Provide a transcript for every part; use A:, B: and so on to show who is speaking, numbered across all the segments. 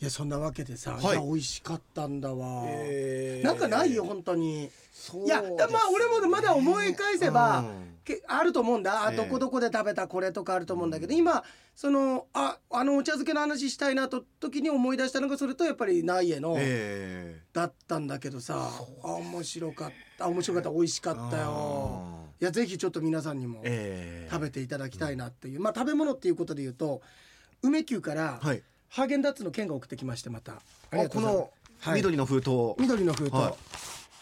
A: いやそんなわけでさ、
B: はい
A: い、や美味しかったんだわ、
B: えー
A: なんかないよ本当に
B: そう
A: いやまあ俺もまだ思い返せば、
B: うん
A: けあると思うんだあ
B: ええ
A: どこどこで食べたこれとかあると思うんだけど、今そのああのお茶漬けの話したいなと時に思い出したのがそれとやっぱりないえの、
B: え
A: だったんだけどさ、あ面白かった面白かった美味しか
B: ー
A: ったよいやぜひちょっと皆さんにも
B: えー
A: 食べていただきたいなっていう、まあ食べ物っていうことで言うと梅久から
B: はい
A: ハーゲンダッツの券が送ってきましてまたあり
B: あ
A: がと
B: こ
A: うございます
B: の緑の封筒、
A: 緑の封筒
B: は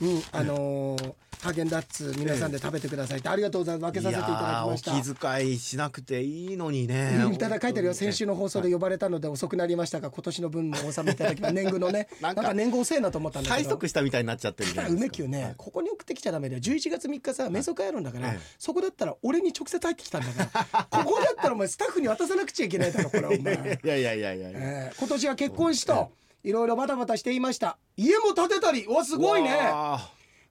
A: に、あのーハーゲンダッツ皆さんで食べてくださいってありがとうございます分けさせていただきました
B: いやーお気遣いしなくていいのにね
A: うんいただ書いてるよ先週の放送で呼ばれたので遅くなりましたが今年の分もお納めいただきま年貢のねな
B: な
A: んん
B: か
A: か年貢遅えなと思ったんだけ
B: 催
A: ど
B: 促したみたいになっちゃってるじゃないですか
A: 梅球ね、ここに送ってきちゃダメだよ11月3日さメソ会やるんだから、
B: ええ、
A: そこだったら俺に直接入ってきたんだからここだったらお前スタッフに渡さなくちゃいけないだろこれお前
B: いやいやいやいやいや、
A: ええ今年は結婚しといろいろバタバタしていました家も建てたりうわすごいね
B: わ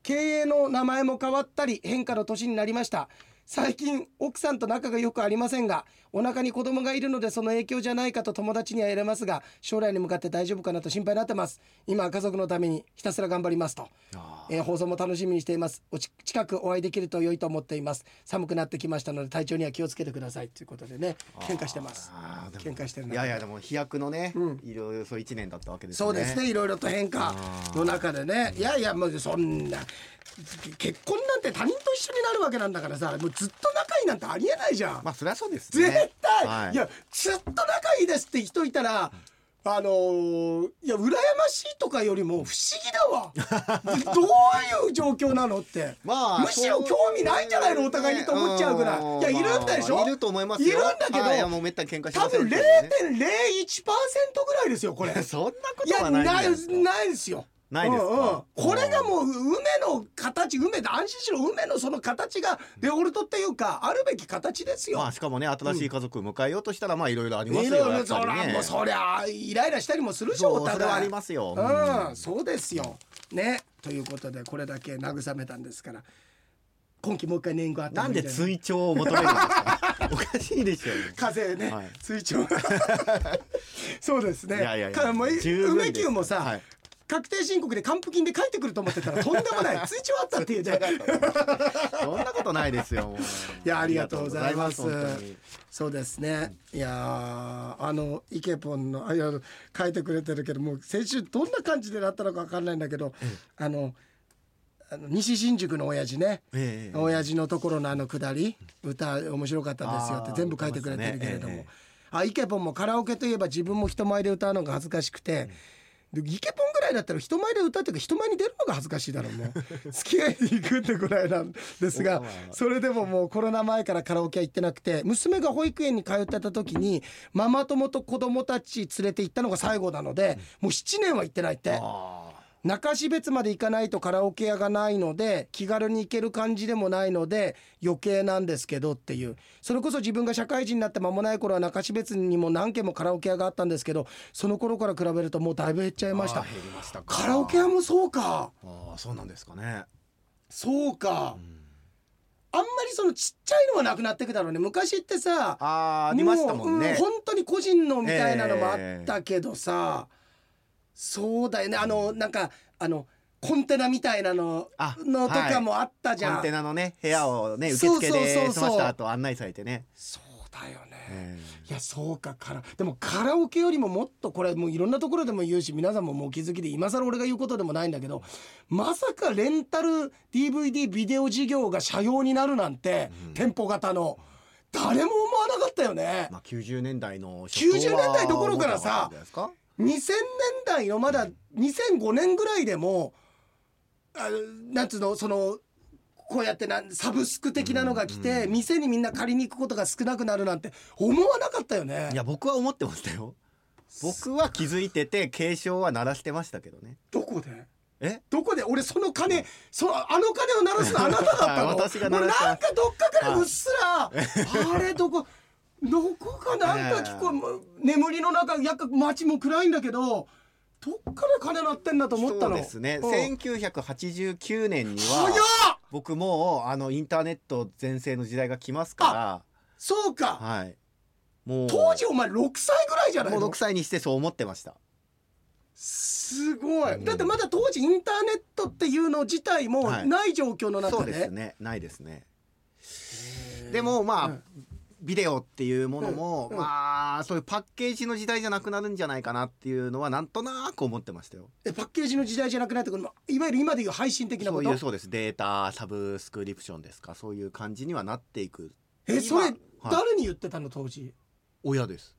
A: 経営の名前も変わったり変化の年になりました最近奥さんと仲がよくありませんがお腹に子供がいるのでその影響じゃないかと友達には言えますが将来に向かって大丈夫かなと心配になってます今は家族のためにひたすら頑張りますと
B: ーあ
A: えー放送も楽しみにしていますおち近くお会いできると良いと思っています寒くなってきましたので体調には気をつけてくださいということでね
B: ー
A: 喧嘩してます
B: あーで
A: 喧
B: も
A: 嘩してる
B: い
A: な
B: やいやでも飛躍のね、
A: うん
B: いろいろそう一年だったわけですね
A: そうですねいろいろと変化の中でねいやいやもうそんな結婚なんて他人と一緒になるわけなんだからさもうずっと仲いいなんてありえないじゃん、
B: まあそりゃそうですね
A: 絶対、、
B: はい
A: やずっと仲いいですって人いたらあのーいや羨ましいとかよりも不思議だ わどういう状況なのって、
B: まあ
A: むしろ興味ないんじゃないのお互いにと思っちゃうぐらい、
B: ん
A: いやいるんでしょ、
B: まあいると思いますよ
A: いるんだけど
B: はいいやもうめったに喧嘩し
A: 多
B: ません
A: 分
B: け
A: 0.01%
B: どね
A: ぐらいですよ これ
B: そんなこ
A: い
B: と
A: や
B: は
A: な
B: ないいんじゃないですか
A: ないですよ
B: ないですか
A: うんうん、これがもう梅の形梅で安心しろ梅のその形がデフォルトっていうかあるべき形ですよ、
B: まあしかもね新しい家族を迎えようとしたらまあいろいろあります
A: いろ
B: よ
A: い
B: や
A: ろ
B: っ
A: そ
B: ぱり
A: ら
B: ね
A: もうそりゃあイライラしたりもするでしょ
B: そ
A: お
B: うそれ
A: 互い
B: はありますよ
A: うんそうですよねということでこれだけ慰めたんですから今期もう一回年貢あった
B: な
A: 方
B: ん
A: がい
B: で
A: いじゃい
B: 追徴を求めるんです かおかしいでしょ
A: 風ね、
B: はい
A: 追徴 そうですね
B: いやいやいや
A: かもう
B: 十分です
A: 梅球もさ、
B: はい
A: 確定申告で還付金で書いてくると思ってたらとんでもない 追徴あったっていうね
B: そんなことないですよもう
A: いやありがとうございます
B: ありがとうございます
A: そうですねいやーあのイケポンのあいや書いてくれてるけどもう先週どんな感じでなったのか分かんないんだけど、あのあの西新宿の親父ね、
B: ええ
A: 親父のところのあの下り歌面白かったですよって
B: あー
A: 全部書いてくれてるけれども、
B: 歌ってましたねえ
A: あイケポンもカラオケといえば自分も人前で歌うのが恥ずかしくて。でイケポンぐらいだったら人前で歌うというか人前に出るのが恥ずかしいだろうも う付き合いに行くってぐらいなんですがそれでももうコロナ前からカラオケは行ってなくて娘が保育園に通ってた時にママ友と子供たち連れて行ったのが最後なのでもう7年は行ってないって
B: ああ
A: 中標津まで行かないとカラオケ屋がないので気軽に行ける感じでもないので余計なんですけどっていうそれこそ自分が社会人になって間もない頃は中標津にも何軒もカラオケ屋があったんですけどその頃から比べるともうだいぶ減っちゃいました
B: あー減りましたか
A: カラオケ屋もそうか
B: ああそうなんですかね
A: そうか、あんまりそのちっちゃいのはなくなってくだろうね昔ってさ
B: あーありましたもん
A: う
B: ね
A: う本当に個人のみたいなのもあったけどさ、そうだよねあのなんかあのコンテナみたいなの
B: あ
A: のとかもあったじゃん、
B: コンテナのね部屋をね受
A: そう
B: 付で
A: そうそう
B: 済
A: そう
B: ました後案内されてね
A: そうだよね、
B: え
A: いやそうかからでもカラオケよりももっとこれもういろんなところでも言うし皆さんももうお気づきで今更俺が言うことでもないんだけどまさかレンタル DVD ビデオ事業が社用になるなんて、店舗型の誰も思わなかったよね
B: え。まあ90年代の初
A: 90
B: 頭は
A: 年代どころからさ
B: 思ってなかったんじゃないです
A: 2000
B: か
A: 年代のまだ2005年ぐらいでもあなんつうのそのこうやってなんサブスク的なのが来て、店にみんな借りに行くことが少なくなるなんて思わなかったよね
B: いや僕は思ってましたよ僕は気づいてて警鐘は鳴らしてましたけどね
A: どこで
B: え
A: どこで俺その金そのあの金を鳴らすのあなただったの
B: 私が鳴
A: 俺
B: らした
A: なんかどっかからうっすらあれどこどこかなんか聞こえ眠りの中やっぱ街も暗いんだけどどっから金鳴ってんだと思ったの
B: そうですね
A: うん
B: 1989年に
A: 早っ
B: は僕もうあのインターネット全盛の時代が来ますか
A: そうから
B: はいもう
A: 当時お前6歳ぐらいじゃない
B: もう
A: の
B: 6歳にしてそう思ってました
A: すごいだってまだ当時インターネットっていうの自体も
B: はい
A: ない状況の
B: そ
A: 中
B: う
A: で,、
B: ですねないですねでもまあ、
A: うん
B: ビデオっていうものも、
A: うんうん
B: まあそういうパッケージの時代じゃなくなるんじゃないかなっていうのはなんとなく思ってましたよ。
A: えパッケージの時代じゃなくなってくるのいわゆる今でいう配信的な
B: そ
A: こ
B: う
A: と
B: いうそうですデータサブスクリプションですかそういう感じにはなっていく
A: えそれ
B: 今はい
A: 誰に言ってたの当時
B: 親です。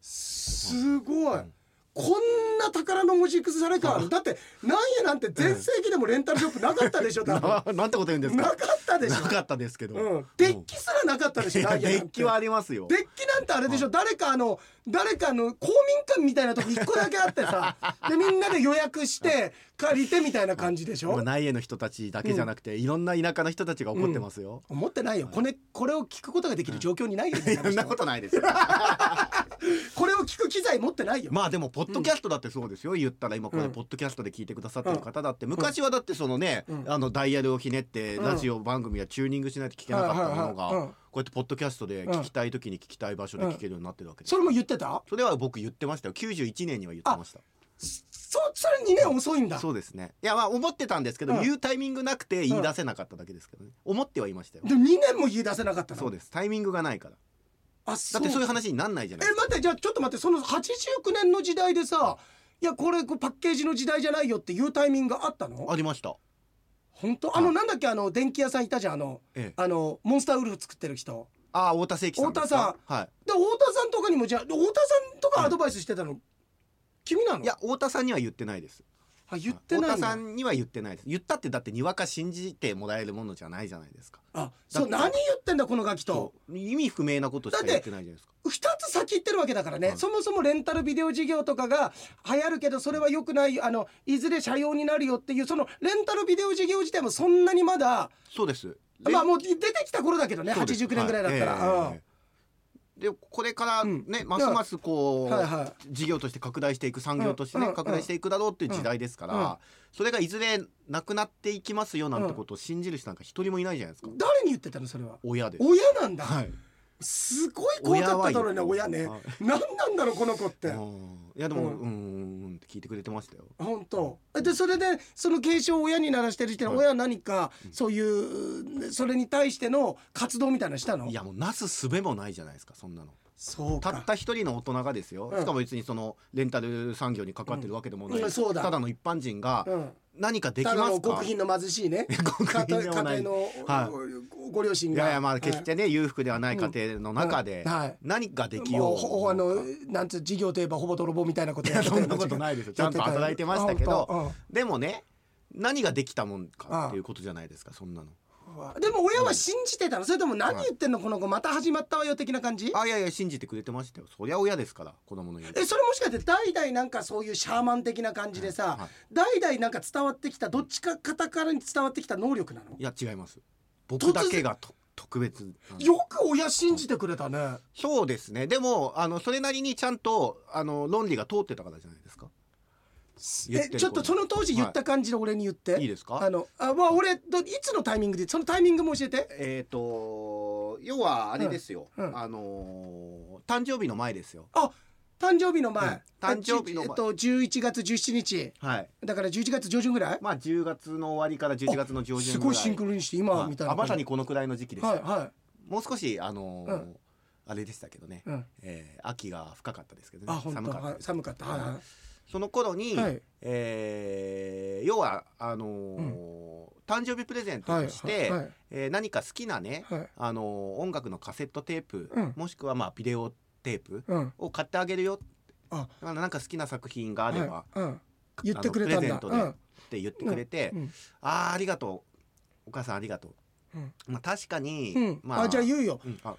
A: すごい、
B: うん
A: こんな宝の文字崩され感あるだってなんやなんて全盛期でもレンタルショップなかったでしょ多
B: な
A: 分
B: なんてこと言うんです
A: な
B: か
A: かったでし
B: な
A: ょ
B: かったですけど、
A: うん、デッキすらなかったでし
B: い
A: ょな
B: や
A: んやな
B: デ
A: んて
B: ッキはありますよ
A: デッキなんてあれでしょ誰かあの誰かの公民館みたいなとこ1個だけあって さでみんなで予約して借りてみたいな感じでし
B: まあ
A: ょ
B: 内縁の人たちだけじゃなくて、いろんな田舎の人たちが怒ってますよ、
A: 思ってないよこれこれを聞くことができる状況にないよね
B: そ んなことないですよ
A: これを聞く機材持ってないよ
B: まあでもポッドキャストだってそうですよ、言ったら今こ
A: う
B: れ
A: ん
B: ポッドキャストで聞いてくださってる方だって、昔はだってそのね、
A: うん
B: あのダイヤルをひねって
A: うん
B: ラジオ番組やチューニングしないと聞けなかったものが、
A: はいはいはいうん
B: こうやってポッドキャストで聞きたい時に聞きたい場所で聞けるようになってるわけです、
A: それも言ってた
B: それは僕言ってましたよ91年には言ってました
A: そそれ2年遅いんだ
B: そうですねいやまあ思ってたんですけど、
A: うん
B: 言うタイミングなくて言い出せなかっただけですけどね思ってはいましたよ、
A: でも2年も言い出せなかったの
B: そうですタイミングがないから
A: あ
B: だ
A: そう
B: ってそういう話になんないじゃ
A: え
B: ないですか
A: 待ってじゃあちょっと待ってその89年の時代でさいやこれこうパッケージの時代じゃないよっていうタイミングがあったの
B: ありました
A: 本当あのなんだっけあの電気屋さんいたじゃんあの
B: ええ
A: あのモンスターウルフ作ってる人
B: あ太田誠樹さんですかは
A: で太田さんとかにもじゃあ太田さんとかアドバイスしてたの、君なの
B: いいや太田さんには言ってないです
A: あ言ってない
B: 太田さ
A: んだ
B: んには言ってないです言ったってだってにわか信じてもらえるものじゃないじゃないですか
A: あそう
B: だっ
A: 何
B: て
A: 言ってんだこのガキと
B: そう意味不明なことしか言ってないじゃないですか
A: 2つ先行ってるわけだからね、
B: はい
A: そもそもレンタルビデオ事業とかが流行るけどそれは良くないあのいずれ社用になるよっていうそのレンタルビデオ事業自体もそんなにまだ
B: そうです
A: まあもう出てきた頃だけどね
B: そうです
A: 89年ぐらいだったら、
B: はいええでこれからね、
A: うん
B: ますますこう、
A: はいは
B: 事業として拡大していく産業としてね、
A: うんうん
B: 拡大していくだろうっていう時代ですから、
A: うんうん
B: それがいずれなくなっていきますよなんてことを信じる人なんか一人もいないじゃないですか
A: 誰に言ってたのそれは
B: 親です
A: 親なんだ、
B: はい
A: すごい怖かっただろうね親
B: 親は言
A: ね
B: ってます
A: 何なんだろうこの子って
B: うんいやでも、
A: う
B: うんん、うんうんって聞いてくれてましたよ
A: 本当えでそれでその継承を親にならしてる時点で
B: はい
A: 親は何かそういうそれに対しての活動みたいなのしたの
B: いやもうなすすべもないじゃないですかそんなの
A: そう
B: た
A: か
B: った一人の大人がですよ、
A: うん
B: しかも別にそのレンタル産業に関わってるわけでもない、
A: うんうんそうだ
B: ただの一般人が
A: うん、
B: 何かできま
A: た
B: す
A: だ
B: か、
A: の極貧の貧しいね
B: 極
A: 家
B: 貧
A: 庭
B: で
A: 家
B: も
A: 庭
B: ない
A: の、ごご両親
B: い
A: が
B: やいやまあ決してね、裕福ではない家庭の中で
A: はいはい
B: 何かできよ
A: もう
B: う
A: ほほあのなんつう事業といえばほぼ泥棒みたいなこと
B: いやそんなことないですよちゃんと働いてましたけど
A: あ本
B: でもね何ができたもんかっていうことじゃないですかそんなの
A: 当うんうわでも親は信じてたのそれとも何言ってんのこの子また始まったわよ的な感じ
B: あいやいや信じてくれてましたよそりゃ親ですから子供の言う
A: えそれもしかして代々なんかそういうシャーマン的な感じでさ、
B: はい
A: 代々なんか伝わってきたどっちか方からに伝わってきた能力なの
B: いや違います僕だけがと特別なんです
A: よく親信じてくれたね
B: そうですねでもあのそれなりにちゃんとあの論理が通ってたからじゃないですか言っ
A: え
B: てる
A: ちょっとその当時言った感じで俺に言って、
B: はいいいですか
A: あのあ、まあ、俺どいつのタイミングでそのタイミングも教えて
B: えっ、と要はあれですよ、
A: うんうん
B: あのー誕生日の前ですよ
A: あ誕生日の前、
B: うん誕生日の前
A: えっと11月17日
B: はい
A: だから11月上旬ぐらい
B: まあ10月の終わりから11月の上旬
A: す
B: ぐら
A: ご
B: い
A: いシンクロにして今みたいない
B: はあまさ
A: 感じ
B: にこのくらいの時期です、
A: はいは
B: もう少しあのー
A: うん
B: あれでしたけどね、
A: い、うん、
B: えー秋が深かったですけど
A: あ
B: ね
A: 本当
B: 寒かった
A: は
B: です
A: 寒かったはいはい
B: その頃に、
A: はい
B: えー要はあのー誕生日プレゼント
A: はい
B: として、
A: はい
B: えー何か好きなね、
A: はい
B: あのー音楽のカセットテープ、
A: うん
B: もしくはまあビデオテープ
A: うん
B: を買ってあげるよ
A: あ
B: だからなんか好きな作品があれ
A: は
B: ば、
A: いうん、言ってくれたんだ
B: あのプレゼントでって言ってくれて、
A: うんうん
B: あーありがとうお母さんありがとう、
A: うん
B: まあ確かに、
A: うん
B: ま
A: あじゃあ言うよ
B: うんあ
A: あ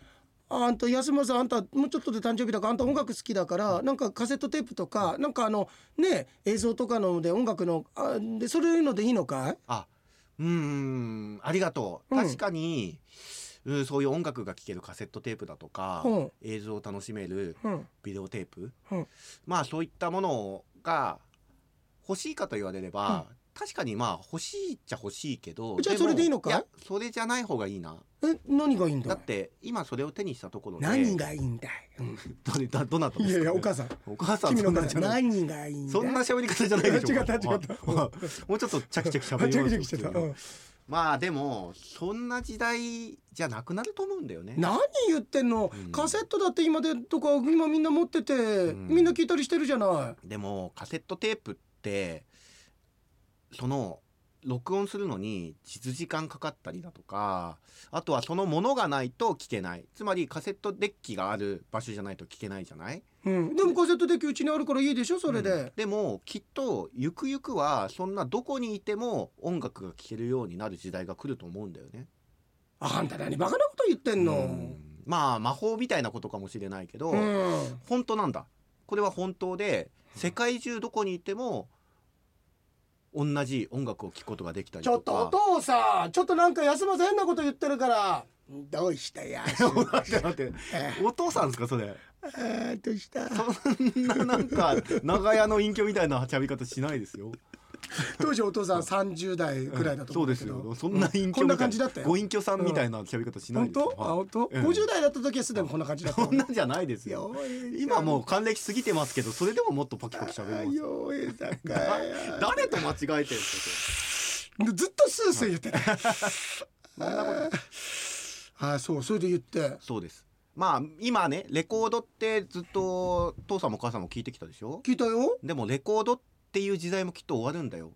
A: あんた安村さんあんたもうちょっとで誕生日だからあんた音楽好きだからなんかカセットテープとかなんかあのね映像とかので音楽のあでそういうのでいいのかい
B: あうーんありがとう
A: うん
B: 確かに、うん、そういう音楽が聴けるカセットテープだとか、
A: うん
B: 映像を楽しめる
A: うん
B: ビデオテープ、
A: うん
B: まあそういったものが欲しいかと言われれば、確かにまあ欲しいっちゃ欲しいけど
A: じゃあ
B: も
A: それでいいのかい
B: やそれじゃない方がいいな
A: え何がいいんだ
B: だって今それを手にしたところで
A: 何がいいんだい、うん
B: どだどなたで
A: い
B: す
A: や
B: か
A: いやお母さん
B: お母さん
A: 君の
B: そんな
A: 母
B: じ
A: さ
B: ゃ
A: ん
B: ない
A: 何がいいんだ
B: そんな喋り方じゃないで しょ
A: 違った違った
B: はいはいもうちょっとチャキチャキ喋り
A: ち ゃ
B: ま
A: く
B: す
A: ちゃ来ちゃった、うん
B: まあでもそんな時代じゃなくなると思うんだよね
A: 何言ってんの、
B: うん
A: カセットだって今でとか今みんな持ってて、
B: ん
A: みんな聞いたりしてるじゃな
B: でもカセットテープってその録音するのに実時間かかったりだとかあとはそのものがないと聞けないつまりカセットデッキがある場所じゃないと聞けないじゃない
A: い、うん、でもカセットデッキうちにあるからいいでしょそれで、
B: うんでもきっとゆくゆくはそんなどこにいても音楽が聴けるようになる時代が来ると思うんだよね。
A: あんた何バカなこと言ってんの、うん
B: まあ魔法みたいなことかもしれないけど、本当なんだこれは本当で世界中どこにいても同じ音楽を聴くことができたり
A: ちょ
B: と
A: っとお
B: か。
A: 父さんちょっとなんか休ませ変なこと言ってるからどうした や
B: 待って待って
A: え
B: お父さんですかそれ
A: ーどうした
B: そんななんか長屋の隠居みたいな喋り方しないですよ
A: 当時お父さん30代くらいだと
B: そ
A: 思
B: う
A: う
B: で
A: け
B: す
A: ど、
B: よそんな隠居みたい
A: こんな感じだったよ
B: ご隠居さんみたいな喋り方しない
A: 本
B: ですよ
A: 当あ
B: はい
A: 本当、
B: ええ
A: 50代だった時はすでにこんな感じ だった
B: そんなんじゃないですよ
A: よえ
B: 今もう還暦過ぎてますけどそれでももっとパキパキ
A: あ
B: 喋りま
A: よえさんか
B: す 誰と間違えてるんです
A: ずっとスースー言ってた
B: かそれそんなこと
A: あそうそれで言って
B: そうですまあ今ねレコードってずっと父さんも母さんも聞いてきたでしょ
A: 聞いたよ
B: でもレコードっていう時代もきっと終わるんだよ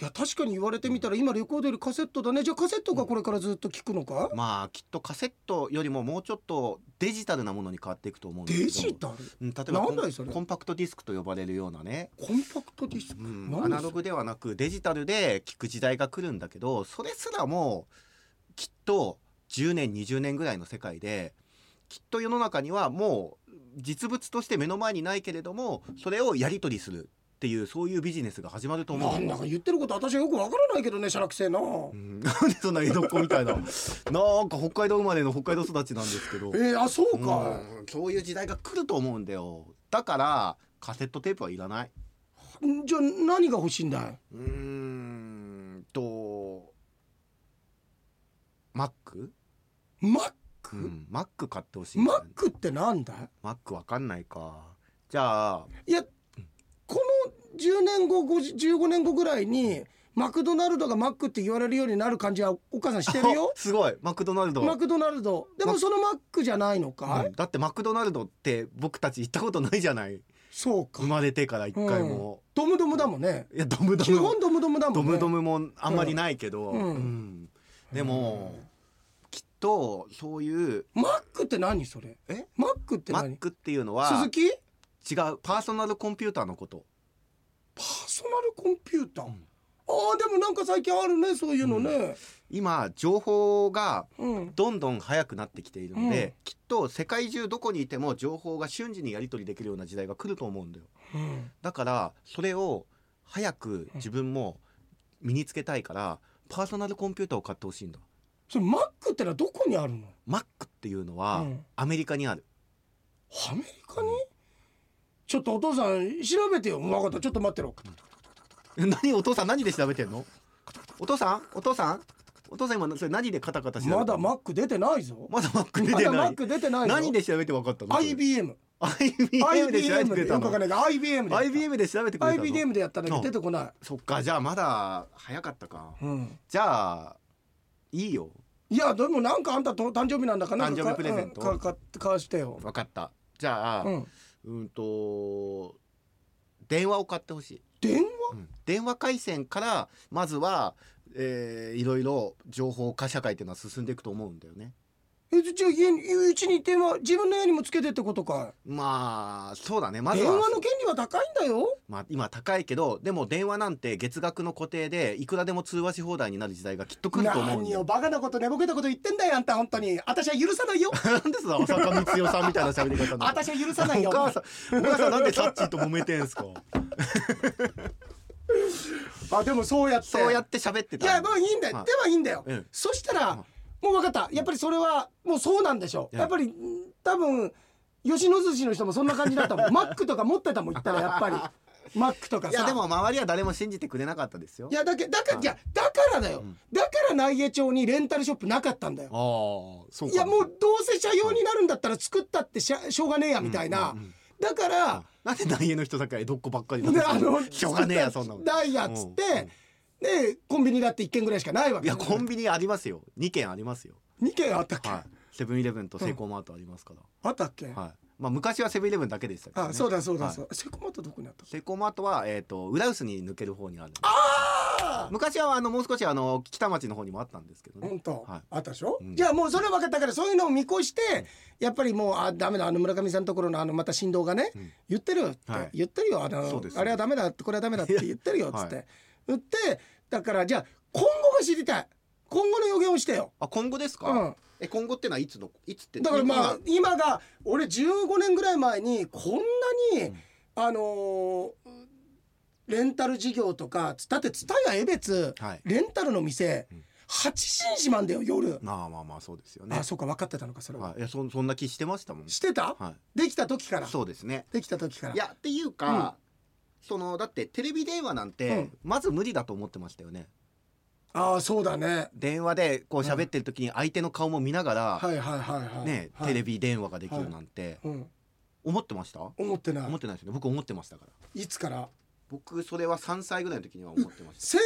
A: いや確かに言われてみたら今レコードよりカセットだねじゃあカセットがこれからずっと聞くのか、
B: まあきっとカセットよりももうちょっとデジタルなものに変わっていくと思うんですけ
A: デ
B: ど
A: ジタル
B: うん例えばコン
A: なんだいそれ
B: コンパクトディスクと呼ばれるようなね
A: コンパクトディスク、
B: うん
A: 何それ
B: アナログではなくデジタルで聞く時代が来るんだけどそれすらもきっと10年20年ぐらいの世界できっと世の中にはもう実物として目の前にないけれどもそれをやり取りするっていうそういうビジネスが始まると思
A: な
B: うん
A: だか言ってること私はよくわからないけどねしゃらくせえな、
B: うんなんでそんな江戸っ子みたい ななんか北海道生まれの北海道育ちなんですけど
A: えー、あそうか、
B: うんそういう時代が来ると思うんだよだからカセットテープはいらない
A: じゃあ何が欲しいんだいう
B: ーんとマック、
A: マック、
B: うん、マック買ってほしい
A: マックってなんだ
B: マックわかんないかじゃあ
A: いやこの10年後50 15年後ぐらいにマクドナルドがマックって言われるようになる感じはお母さんしてるよ
B: あすごいマクドナルド、
A: マクドナルドでもそのマックじゃないのかい、
B: うんだってマクドナルドって僕たち行ったことないじゃない
A: そうか
B: 生まれてから一回も、
A: ドムドムだもんね
B: いやドムド
A: 基
B: ム
A: 本ドムドムだも
B: ド
A: んね
B: ムドムもあんまりないけど、
A: うんうん
B: うんでも、きっとそういう
A: マックって何それ
B: え
A: マックって
B: マ
A: 何
B: ックっていうのは
A: 鈴木
B: 違うパーソナルコンピューターのこと
A: パーソナルコンピューター、
B: うん
A: ああでもなんか最近あるねそういうのね
B: 今情報が
A: うん、
B: どんどん早くなってきているので、
A: うん
B: きっと世界中どこにいても情報が瞬時にやり取りできるような時代が来ると思うんだよ
A: うん
B: だからそれを早く自分も身につけたいからパーソナルコンピューターを買ってほしいんだ
A: それマックってのはどこにあるの
B: マックっていうのは
A: うん
B: アメリカにある、
A: アメリカにちょっとお父さん調べてよ分かったちょっと待ってろ
B: 何お父さん何で調べてんのお父さんお父さんお父さん今それ何でカタカタ調べてんの
A: まだマック出てないぞ
B: まだマック出
A: ま
B: て
A: だマ
B: な
A: ッ
B: い
A: ク出てないぞ
B: 何で調べて分かったのそれ
A: IBM
B: IBM で調べて
A: IBM
B: く
A: で
B: れ
A: よ
B: た
A: くわかんな
B: の
A: いが IBM で
B: IBM で調べてくれたの
A: IBM でやったんだけど
B: そ
A: 出
B: う
A: てこな
B: そっかじゃあまだ早かったか
A: い、うん、
B: じゃあいいよ
A: いやでもなんかあんたと誕生日なんだから
B: 誕生日プレゼント
A: かかか買わしてよ、
B: 分かったじゃあ
A: う
B: うん
A: ん、
B: んと電話を買ってほしい、
A: 電話
B: うん電話回線からまずは、えーいろいろ情報化社会っていうのは進んでいくと思うんだよね
A: えじゃあ家にうちに電話自分の家にもつけてってことか
B: まあそうだねまず
A: 電
B: は
A: 話の権利は高いんだよ
B: まあ、今高いけどでも電話なんて月額の固定でいくらでも通話し放題になる時代がきっと来ると思うんだ
A: 何
B: よ
A: をバカなこと寝ぼけたこと言ってんだよあんた本当に私は許さ ないよ
B: なんでさ浅香光代さんみたいな喋り方なの
A: 私は許さないよ
B: お母さんお母さんなんでタッチーと揉めてんすか
A: あでもそうやって
B: そうやって喋って
A: い
B: た
A: やもういいんだよ、
B: はい
A: ではいいんだよ、
B: うん
A: そしたら、もう分かったやっぱりそれはもうそうなんでしょう、
B: うん
A: やっぱり ん多分吉野寿司の人もそんな感じだったもんマックとか持ってたもん言ったらやっぱりマックとか
B: い
A: さ
B: やでも周りは誰も信じてくれなかったですよ
A: いやだけだから
B: はい
A: いやだからだよ、
B: うん
A: だから内江町にレンタルショップなかったんだよ
B: ああそう
A: いやもうどうせ車用になるんだったら作ったってしゃしょうがねえやみたいな、
B: うんうんうん
A: だから、
B: なんで内縁の人だけ江戸っ子ばっかりなん
A: で
B: ですか
A: あの
B: しょうがねえやそんなもん
A: ないやっつって、でコンビニだって1軒ぐらいしかないわけ
B: いやコンビニありますよ2軒ありますよ
A: 2軒あったっけ、
B: はいセブンイレブンとセイコーマートありますか
A: あったっけ、
B: ら、はいまあ、昔はセブンイレブンだけでしたけど、ね、
A: あそうだそうだ
B: はい
A: そう、セコマートどこにあったっけ
B: セイコーマートは、えー、と浦臼に抜ける方にあるんで
A: ああ
B: 昔はあのもう少しあの北町の方にもあったんですけどね
A: 本当、
B: はい
A: あったでしょ、
B: うん
A: じゃあもうそれは分かったからそういうのを見越して、やっぱりもうあダメだあの村上さんのところのあのまた振動がね、
B: うん
A: 言ってるよって、
B: はい
A: 言ってるよあ
B: そ
A: の
B: うです
A: あれはダメだこれはダメだって言ってるよっつって、
B: は
A: 言ってだからじゃあ今後が知りたい今後の予言をしてよ、
B: あ今後ですか、
A: うん、
B: え今後ってのはいつのいつって
A: だからまあ
B: 今
A: 今が俺15年ぐらい前にこんなに、
B: うん
A: あのーレンタル事業とかつだって蔦屋江別
B: はい
A: レンタルの店、
B: うん
A: 八新時満だよ夜、
B: まあまあまあそうですよね
A: あそうか分かってたのかそれは、
B: はい、いやそそんな気してましたもん
A: してた
B: は
A: できた時か
B: い
A: ら
B: そうですね
A: できた時から
B: いやっていうか、そのだってテレビ電話なんて、
A: うん
B: まず無理だと思ってましたよね
A: ああそうだね
B: 電話でこう喋ってる時に相手の顔も見ながら、
A: はいはいはいはい
B: ね、
A: はい
B: テレビ電話ができるなんて、
A: うん
B: 思ってました
A: 思ってな
B: 思ってないですよね僕思ってましたから
A: いいつから
B: 僕それは3歳ぐらいの時には思ってました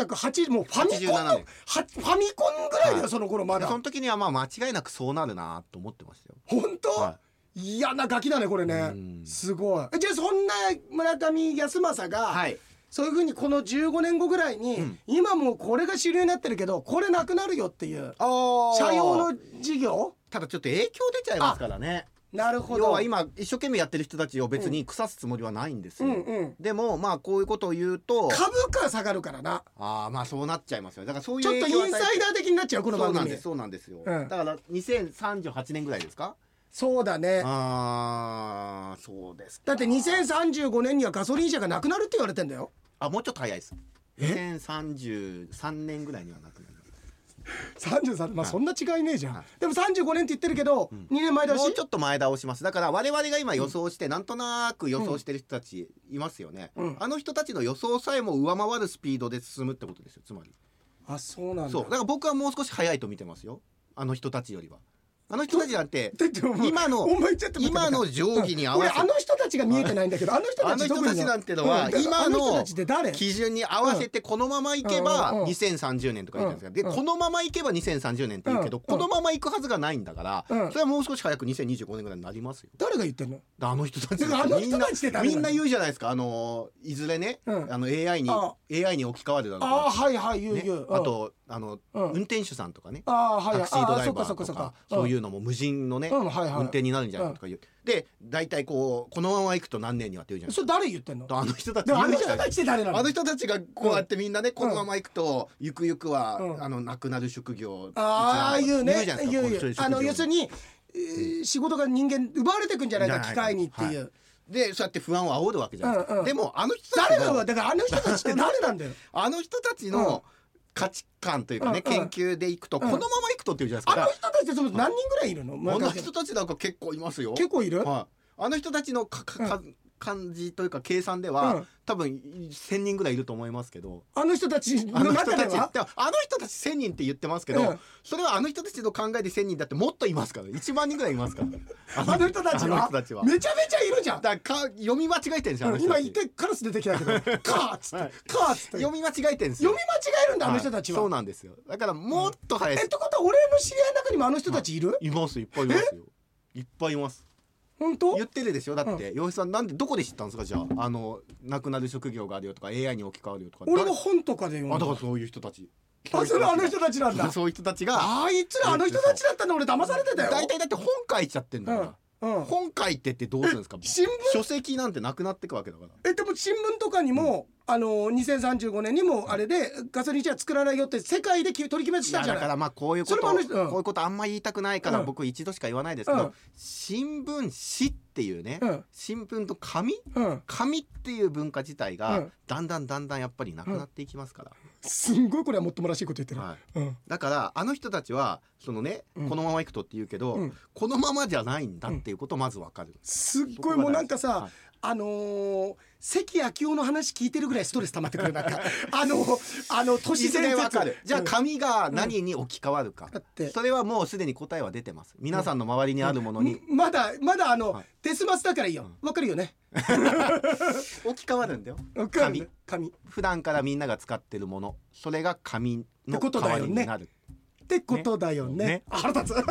A: 1980もうファミコンの
B: 87年
A: はファミコンぐらいだよ、
B: はい
A: その頃ま
B: で
A: だ
B: その時にはまあ間違いなくそうなるなと思ってましたよ、
A: 本当、、
B: はい
A: 嫌なガキだねこれね
B: うん
A: すごいえじゃあそんな村上康政が、
B: い、はい、
A: そういうふうにこの15年後ぐらいに、
B: うん
A: 今もうこれが主流になってるけどこれなくなるよっていう
B: あ
A: 社用の事業
B: ただちょっと影響出ちゃいますからね
A: なるほど
B: 要は今一生懸命やってる人たちを別に腐すつもりはないんです
A: う
B: よ、
A: んうん
B: でもまあこういうことを言うと
A: 株価下がるからな
B: ああまあそうなっちゃいますよだからそういう
A: ちょっとインサイダー的になっちゃうこの
B: そう
A: 番
B: なん
A: 組
B: ですそうなんですよ、
A: うん
B: だから2038年ぐらいですか
A: そうだね
B: ああそうですか
A: だって2035年にはガソリン車がなくなるって言われてんだよ
B: あもうちょっと早いです2033年ぐらいにはなくなります
A: 33まあ
B: はい
A: そんな違いねえじゃん、
B: はい
A: でも35年って言ってるけど、
B: ん
A: 2年前だし
B: もうちょっと前倒しますだから我々が今予想して、なんとなく予想してる人たちいますよね、
A: うん
B: あの人たちの予想さえも上回るスピードで進むってことですよつまり
A: あそうなんだ
B: そうだから僕はもう少し早いと見てますよあの人たちよりはあの人たちな んて
A: だってお前
B: 今の
A: お前ちょっと待って
B: 今の定規に合
A: 俺
B: わせ
A: あの人たちが見えてないんだけどあの人
B: あ
A: た
B: の
A: ち
B: 人
A: 特
B: た
A: に
B: ち
A: ね
B: なんてのは
A: うんだから
B: 今
A: あ人
B: の
A: たちって誰
B: 基準に合わせてこのままいけば
A: うんうん
B: 2030年とか言ってるんです
A: う
B: が
A: ん
B: でこのままいけば2030年って言うけど
A: うん
B: このままいくはずがないんだから
A: うん
B: それはもう少し早く2025年ぐらいになりますよ。
A: 誰が言ってんの
B: だあの人た
A: だ
B: ち
A: からあの
B: みん
A: 人
B: な
A: たちって誰
B: みんな言うじゃないですかあのいずれね
A: うん
B: あの AI に
A: あ
B: AI に置き換わるだろう
A: ああ
B: と
A: はいはい言う
B: かね
A: 言う、うん
B: あとあの
A: うん
B: 運転手さんとかね
A: ああはいは
B: タ
A: い
B: クシードライ
A: あ
B: バ
A: あそっ
B: ー
A: かそ
B: と
A: っか
B: か
A: そっか
B: そういうのも無人のね
A: うんうんはいはい
B: 運転になるんじゃないかとか言うで大体こうこのままいくと何年にはって言うじゃないですか
A: それ誰言ってんの
B: あの人たち
A: でもあの
B: いるじ
A: 人
B: ゃない
A: たちって誰なの
B: あの人たちがこうやってみんなね、このまま行くと、ゆくゆくは、
A: うん
B: あの亡くなる職業
A: ああいうね
B: 言うじゃないです
A: 言
B: か
A: う
B: こう
A: 言
B: いう職業
A: あの要するにえー仕事が人間奪われてくんじゃないか機械にってい
B: じゃな
A: う
B: でそうやって不安を煽るわけじゃないですか、
A: うんうん
B: でもあの人た
A: 誰
B: ち
A: だ
B: の
A: よだからあの人たちって誰なん だよ
B: あの人たちの価値観というかね、
A: うんうん
B: 研究でいくと、
A: ん
B: このまま行くとっていうじゃないです
A: あ
B: か、
A: の人たちってその何人ぐらいいるの
B: あ
A: 村
B: の
A: 上
B: 人たちなんか結構いますよ
A: 結構いる
B: はい、あの人たちのかかか感じというか計算では、
A: うん
B: 多分1,000人ぐらいいると思いますけど、
A: あの人たちの
B: あの人
A: 中
B: た
A: で
B: ちっ
A: は
B: てあの人たち1000人って言ってますけど、
A: うん
B: それはあの人たちの考えで1000人だってもっといますから1万人ぐらいいますから
A: あの人たち
B: あの
A: は
B: 人たちは
A: めちゃめちゃいるじゃん
B: だからか読み間違えてるんですよあの人
A: 今
B: たち
A: 言ってカラス出てきたけど「カー」っつって「カー」っつって
B: 読
A: 読み
B: み間違えてるんです
A: 間違
B: よ
A: えるんだあの人たち
B: いそう
A: は
B: なんですよだからもっと早い
A: え
B: で
A: っ
B: す、
A: てことは俺の知り合いの中にもあの人たちいる
B: いますいっぱいいますよいっぱいいます
A: 本当
B: 言ってるでしょだって洋平さんなんでどこで知ったんですかじゃああの亡くなる職業があるよとか AI に置き換わるよとか
A: 俺も本とかで読
B: あだから
A: ん
B: そういう人たち
A: だあそれあの人たちなんだ
B: そういう人たちが
A: あいつらあの人たちだったの俺騙されてたよ
B: 大体だって本書いちゃってんだか
A: う
B: ら、
A: んうん
B: 本書いてってどうするんですか
A: 新聞
B: 書籍なんてなくなってくわけだから
A: えでも新聞とかにも、あの2035年にもあれでガソリン車は作らないよって世界でき取り決めした
B: い
A: じゃ
B: や
A: な
B: だか
A: い
B: らまあこういうこ
A: それ
B: と、
A: もあの人うん
B: こういうことあんま言いたくないから
A: うん
B: 僕一度しか言わないですけど、
A: うん
B: 新聞紙っていうね、
A: うん
B: 新聞と紙
A: うん
B: 紙っていう文化自体
A: う
B: が
A: ん
B: だんだんだんだんやっぱりなくなっていきますから、
A: すんごいこれはもっともらしいこと言ってる、
B: はい、
A: うん
B: だからあの人たちはそのね、
A: うん
B: このままいくとって言うけど、
A: うん
B: このままじゃないんだっていうことをまずわかる、
A: すっごいもうなんかさ、
B: はい
A: あのー関明夫の話聞いてるぐらいストレス溜まってくるなんか あのあ の都市
B: 自
A: 伝
B: 然
A: 説
B: わかるじゃあ
A: うん
B: 紙が何に置き換わるか、
A: だって
B: それはもうすでに答えは出てます皆さんの周りにあるものに
A: まだまだあの、
B: はい
A: デスマスだからいいよわかるよね
B: 置き換わるんだよ
A: わかるね紙っ
B: 普段からみんなが使ってるものそれが紙
A: っ
B: の
A: てこと
B: 代
A: だ
B: わ
A: よ
B: り
A: ね
B: になる、
A: てことだよね
B: ね
A: あ腹立つ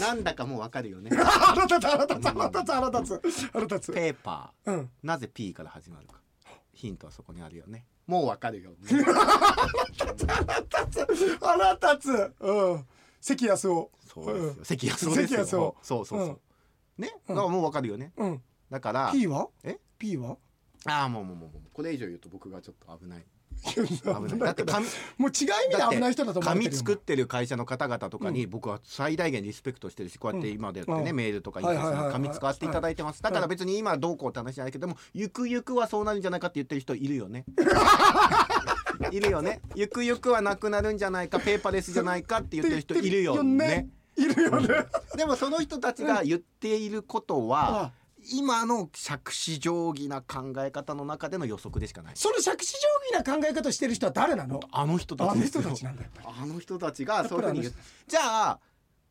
B: なんだかもうわかるよね
A: 腹立つ腹立つ腹立つ腹立つ腹立つ
B: ペーパー
A: うん
B: なぜ P から始まるかヒントはそこにあるよねもうわかるよね
A: 腹立つ腹立つうん関康夫
B: そうですよ関安夫です
A: 関
B: よ
A: 安夫
B: そうそうそう、ね
A: うん
B: だからもうわかるよね
A: うん
B: だから、
A: P は
B: え
A: P は
B: ああもうもうもうもうこれ以上言うと僕がちょっと危ない
A: 危
B: 危ないだって紙
A: もう違う意味で危ない人だと思われて
B: 紙
A: るよ
B: 作ってる会社の方々とかに僕は最大限リスペクトしてるしこうやって今でやってね
A: うん
B: メールとかインスタ
A: はいはいはい
B: の
A: はい
B: 紙使わせていただいてますだから別に今どうこうって話じゃないけどもゆくゆくはそうなるんじゃないかって言ってる人いる よねいるよねゆくゆくはなくなるんじゃないかペーパーレスじゃないかって言ってる人いるよね
A: いるよね
B: でもその人たちが言っていることは
A: あ
B: 今の杓子定規な考え方の中での予測でしかない
A: その杓子定規な考え方をしてる人は誰なの
B: あの人た
A: あ
B: ち
A: の
B: で
A: 人
B: すよ
A: たちなんだよ
B: あの人たちがそういうふうに言うじゃあ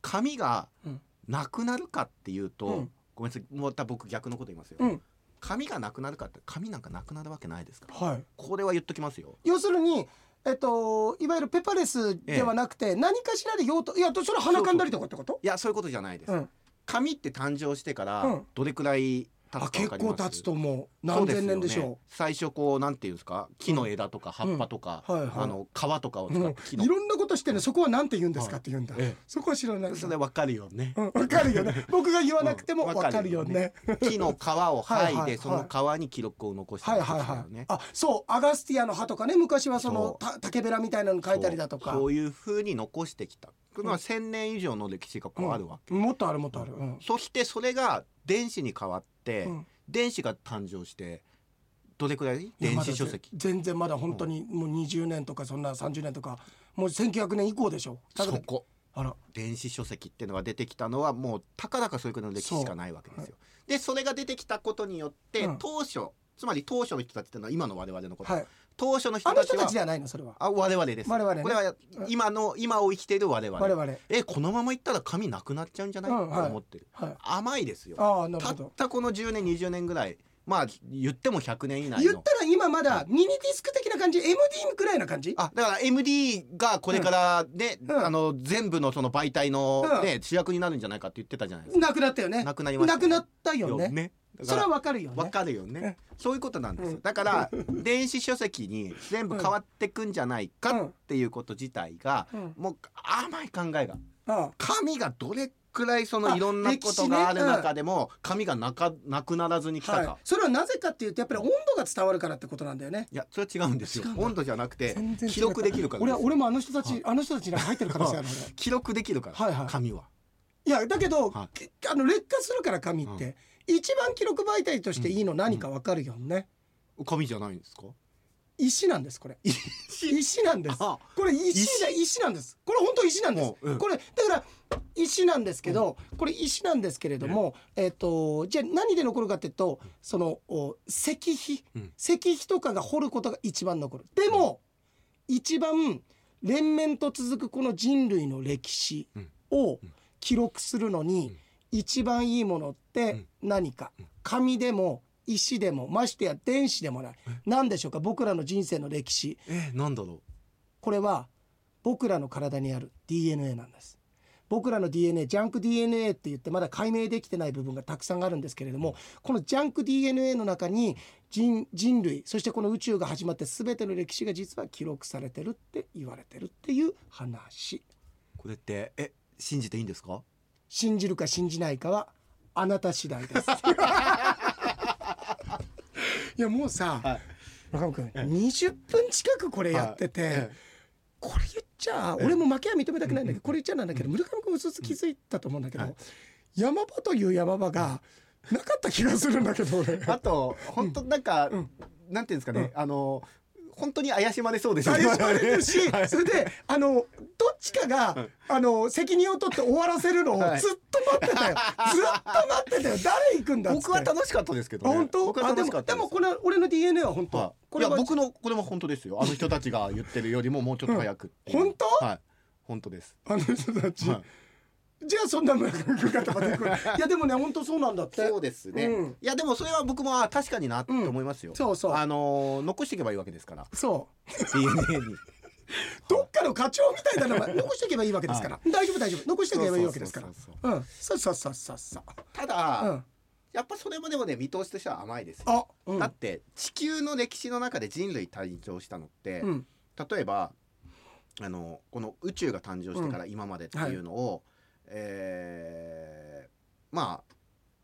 B: 紙が
A: うん
B: なくなるかっていうと、
A: うん
B: ごめんなさいもうまた僕逆のこと言いますよ、
A: うん
B: 紙がなくなるかって紙なんかなくなるわけないですから
A: はい
B: これは言っときますよ
A: 要するにえっといわゆるペパレスではなくて何かしらで用途いやそれは鼻かんだりとかってこと
B: いやそういうことじゃないです、
A: うん
B: 紙って誕生してから
A: うん
B: どれくらい経
A: あ
B: つか分
A: 結
B: かります
A: 構経つと思う
B: そう
A: 何
B: ですよ
A: 千
B: ね
A: 年でしょ
B: 最初こうなんていうんですか木の枝とか葉っぱとか、
A: うんはいはい
B: あの皮とかを
A: う
B: 使っ
A: うん
B: て木の、
A: いろんなことしてねそこは何て言うんですか
B: はい
A: って言うんだ
B: え
A: そこは知らない
B: えそれ分かるよね、
A: うんわかるよ ね僕が言わなくても
B: うん
A: わかるよね
B: 木の皮を剥いで
A: はいはいはい
B: その皮に記録を残して
A: はい
B: るんです
A: はい
B: よね、
A: はいあそうアガスティアの葉とかね昔はその
B: そ
A: た竹べらみたいなの書いたりだと
B: そう
A: か
B: そういうふうに残してきた
A: ん
B: まあ1,000年以上の歴史がこうあるわけ、
A: もっとあるもっとあるうん
B: そしてそれが電子に変わって、
A: うん
B: 電子が誕生してどれくらい電子書籍
A: いやまだ全全然まだ本当にもう20年とかそんな30年とかもう1900年以降でしょだ
B: そ
A: から
B: こ
A: あら
B: 電子書籍っていうのが出てきたのはもうたかだかそういうの歴史しかないわけですよ。でそれが出てきたことによって、
A: うん
B: 当初つまり当初の人たちっていうのは今の我々のこと、
A: はい
B: 当初の人
A: あの
B: たち
A: 人
B: は
A: たちではないのそれは
B: あ我々です
A: 我々ね
B: これは今の今を生きている我々
A: 我々はい
B: えこのままいったら紙なくなっちゃうんじゃない、
A: うんはい
B: と思ってる甘いですよ
A: ああなる
B: た
A: ほ
B: っ
A: ど
B: たこの10年20年ぐらいまあ言っても100年以内
A: 言っ
B: の
A: たら今まだミニディスク的な感じ MD くらいな感じ
B: あだから MD がこれからね、
A: うん
B: あの全部のその媒体の、ね主役になるんじゃないかって言ってたじゃないです
A: なくなったよね
B: なくなりました
A: なくなったよね
B: だ
A: そ
B: か
A: れ
B: ら
A: はわかるよね
B: わかるよねそういうことなんですよ、
A: うん
B: だから電子書籍に全部変わってくんじゃないかっていうこと自体が、
A: うん
B: もう甘い考えが
A: あ
B: 紙がどれくらいその
A: あ
B: いろんなことがある中でも紙がなかなくならずに来
A: あ
B: たか、
A: はいそれはなぜかっていうとやっぱり温度が伝わるからってことなんだよね
B: いやそれは違うんですよ
A: 違うんだ
B: 温度じゃなくて
A: 全然違う
B: 記録できるから
A: 俺
B: です
A: は俺もあの人た
B: は
A: ちあの人たちに入ってる可能性ある俺
B: 記録できるから、
A: はいはい
B: 紙はい
A: やだけど、
B: は
A: けあの劣化するから紙って、一番記録媒体としていいの何かわかるよね、
B: 紙じゃないんですか
A: 石なんですこれ石なんです
B: あ
A: これ石だ石なんですこれ本当石なんです、
B: うんうん
A: これだから石なんですけど、これ石なんですけれども、えっ、とじゃあ何で残るかっていうとそのお石碑、
B: うん
A: 石碑とかが掘ることが一番残るでも、一番連綿と続くこの人類の歴史を記録するのに、一番いいものって何か、紙でも石でもましてや電子でもない何でしょうか僕らの人生の歴史
B: えなんだろ
A: これは僕らの体にある DNA なんです僕らの DNA ジャンク DNA って言ってまだ解明できてない部分がたくさんあるんですけれどもこのジャンク DNA の中に人人類そしてこの宇宙が始まって全ての歴史が実は記録されてるって言われてるっていう話
B: うこれってえ信じていいんですか
A: 信じるか信じないかはあなた次第ですいやもうさ、
B: はい
A: 中野君20分近くこれやってて、これ言っちゃ俺も負けは認めたくないんだけどこれ言っちゃなんだけど村上君うすうす気づいたと思うんだけ
B: は
A: ど
B: い
A: 山場という山場がなかった気がするんだけど俺。
B: あと本当なんか、
A: ん
B: なんていうんですかね、あの本当に怪しまれそうですよね
A: 怪しまれるし
B: はい
A: それであのどっちかが、
B: うん
A: あの責任を取って終わらせるのをずっ
B: はい
A: と待って たよ、ずっと待ってたよ誰行くんだっつって
B: 僕は楽しかったですけど、
A: あ
B: ね、
A: 本当
B: 僕は
A: あで
B: 楽し
A: も
B: かった
A: で
B: です
A: もこれは俺の DNA は本当、
B: はい
A: こ
B: い
A: れ
B: や
A: は
B: 僕のこれも本当ですよあの人たちが言ってるよりももうちょっと早くっていう、
A: 本当
B: はい本当です、
A: あの人たち、
B: はい
A: じゃあそんな村君行くかとか出てくるいやでもね本当そうなんだって
B: そうですね、
A: うん
B: いやでもそれは僕もあ確かになって思いますよ、
A: そうそう
B: あのー残していけばいいわけですから
A: そう
B: DNA に
A: どっかの課長みたいなの が残しておけばいいわけですから、大丈夫大丈夫残しておけばいいわけですから
B: そうそうそう
A: うんさっさっさっさっさ
B: そうただ、
A: うん
B: やっぱそれもでもね見通しとしては甘いですよ
A: あうん
B: だって地球の歴史の中で人類誕生したのって、
A: うん
B: 例えばあのこの宇宙が誕生してから今までっていうのを、えーまあ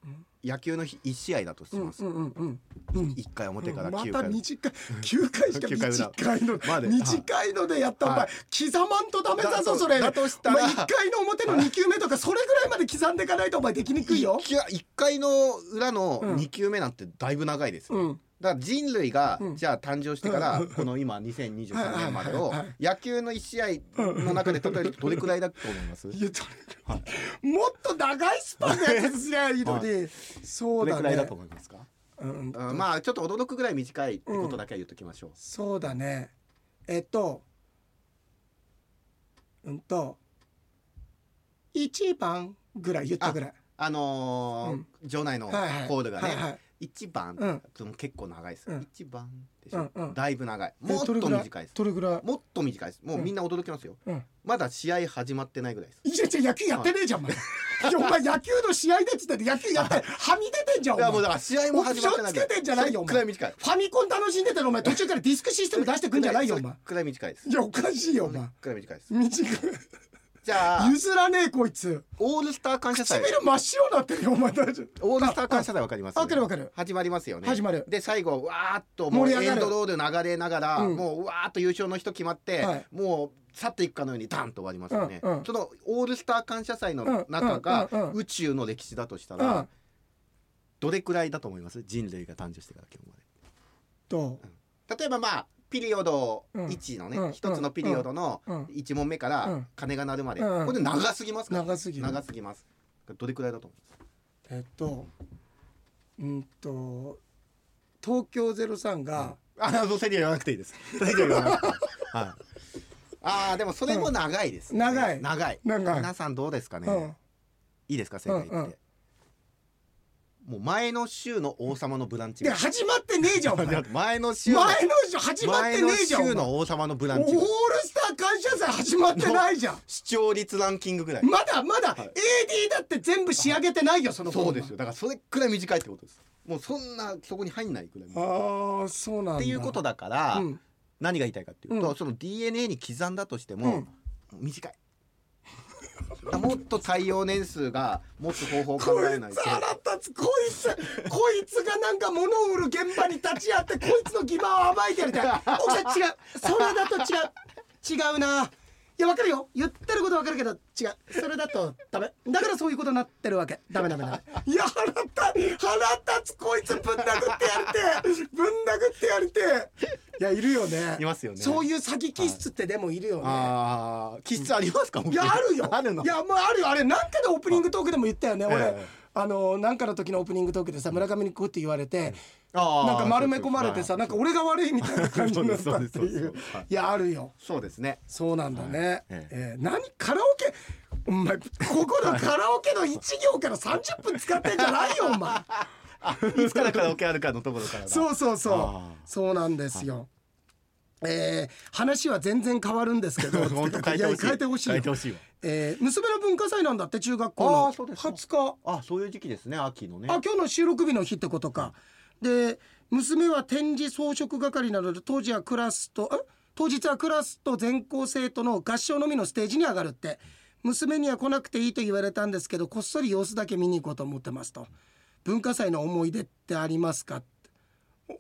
A: うん
B: 野球の1試合だとし
A: うん
B: ます、
A: うんうんうんうん
B: 1回表から
A: ま
B: 9
A: た
B: 回、
A: 短い9回しか
B: 九
A: 短
B: 回裏
A: いの
B: まで
A: 短いのでやったお前
B: は
A: 刻まんとダメだぞそれ
B: だとした
A: お前
B: ら
A: 1回の表の2球目とかそれぐらいまで刻んでいかないとお前できにくいよ
B: 一球一回の裏の
A: うん
B: 2球目なんてだいぶ長いですよ、
A: うん
B: だから人類が、
A: うん
B: じゃあ誕生してから、
A: うん
B: この今2023年まで
A: はい
B: を
A: はいはい
B: 野球の1試合の中で例えるとどれくらいだと思います
A: いやどれぐらいもっと長いスパンのやつすりゃいいのにそう
B: どれ
A: だ
B: くらいだ
A: ね
B: と思いますか、
A: うん
B: うんまあちょっと驚くぐらい短いってことだけは言っときましょう、
A: そうだねえっとうんと1番ぐらい言ったぐらい
B: あのー
A: うん
B: 場内のコ
A: はいはい
B: ールがね、
A: はいはい
B: 一番、
A: うん
B: でも結構長いです、
A: うん
B: 一番でしょ、
A: うんうん
B: だいぶ長い
A: え
B: もっと
A: どれぐら
B: 短いです
A: どれぐらい
B: もっと短いですもううんみんな驚きますよ、
A: うん
B: まだ試合始まってないぐらいです
A: いやいや野球やってねえじゃんお前いやお前野球の試合でっつってて野球やってはみ出てんじゃんお
B: い
A: 前
B: やもうだから試合も始まってない
A: オプションつけてんじゃないよ
B: それくらい短い
A: ファミコン楽しんでたらお前途中からディスクシステム出してくんじゃないよお前
B: くらい短いです
A: いやおかしいよお前
B: くらい短いです
A: 短く
B: じゃあ
A: 譲らねえこいつ
B: オールスター感謝祭
A: 唇真っ白になってるよお前大丈夫
B: オールスター感謝祭わかります
A: わかるわかる
B: 始まりますよね
A: 始まる
B: で最後わーっともう
A: 盛り上
B: エ
A: が
B: ン
A: る
B: ドロール流れながら、
A: うん
B: もうわーっと優勝の人決まって、
A: はい
B: もう去っていくかのようにダンと終わりますよね、
A: うんうん
B: そのオールスター感謝祭の中が
A: うんうんうんうん
B: 宇宙の歴史だとした
A: う
B: ら、
A: ん
B: どれくらいだと思います人類が誕生してから今日ま
A: と
B: で例えばまあピリオド
A: うん
B: 1のね
A: うん
B: 一、つのピリオドの
A: うん
B: 1問目か
A: う
B: ら
A: ん
B: 鐘が鳴るまで、
A: うん
B: これ長すぎますから
A: 長すぎる
B: 長すぎますどれくらいだと思います
A: えっとうんと東京ゼロ三が
B: あ、もうセリア言わなくていいです。セリア言わなくていい。はい。ああ、でもそれも長いです、ね
A: うん長い
B: 長い。
A: なんか
B: 皆さんどうですかね。
A: うん
B: いいですか、正解言って。
A: うんうん
B: もう前の週の王様のブランチ
A: で。始まってねえじ ゃんお前前の
B: 前の週の。
A: 週始まって
B: 前
A: ね
B: の
A: えじゃんお
B: 週
A: 前
B: の王様のブラ
A: オ
B: ン
A: ー
B: チ
A: ル。スター感謝祭始まってないじゃん
B: 視聴率ランキングぐらい。
A: まだまだ
B: はい
A: AD だって全部仕上げてないよその頃
B: そうですよ。だから、それくらい短いってことです。もう、そんな、そこに入んないくらい。っ
A: ああそうなんだ
B: ていうことだから、
A: うん
B: 何が言いたいかっていうと、
A: うん
B: その DNA に刻んだとしても、短いもっと採用年数が持つ方法を
A: こ
B: 考えない
A: い
B: と
A: つ腹立つこいつこいつがなんか物を売る現場に立ち会ってこいつの欺瞞を暴いてるみたいな奥さん違うそれだと違う違うないやわかるよ言ってることわかるけど違うそれだとダメだからそういうことになってるわけダメダメダメいや腹立腹立つこいつぶん殴ってやりてえぶん殴ってやりてえいやいるよね
B: いますよね
A: そういう詐欺気質ってでもいるよね、
B: ああ気質ありますか、
A: いやあるよ
B: あるの
A: いやもうあるよあれなんかでオープニングトークでも言ったよね俺、
B: ええ
A: あのなんかの時のオープニングトークでさ村上にこうって言われて、
B: あー
A: なんか丸め込まれてさなんか俺が悪いみたいな感じになったって
B: そうですそう
A: い
B: で
A: う
B: すそうです
A: いやあるよ
B: そうですね
A: そうなんだね、え
B: え
A: え何カラオケお前ここのカラオケの1行から30分使ってんじゃないよお前
B: あいつからカラオケあるかのところからだ
A: そうそうそ
B: あ
A: うそうなんですよ、えー話は全然変わるんですけど
B: 本当変えてほ
A: や
B: しい
A: 変えてほしいよ
B: 変えてほしいわ
A: えー娘の文化祭なんだって中学校
B: あ
A: の
B: ーそうですか
A: 20日
B: あそういう時期ですね秋のね
A: あ今日の収録日の日ってことかで娘は展示装飾係などで当時はクラスとえ当日はクラスと全校生徒の合唱のみのステージに上がるって娘には来なくていいと言われたんですけどこっそり様子だけ見に行こうと思ってますと文化祭の思い出ってありますかお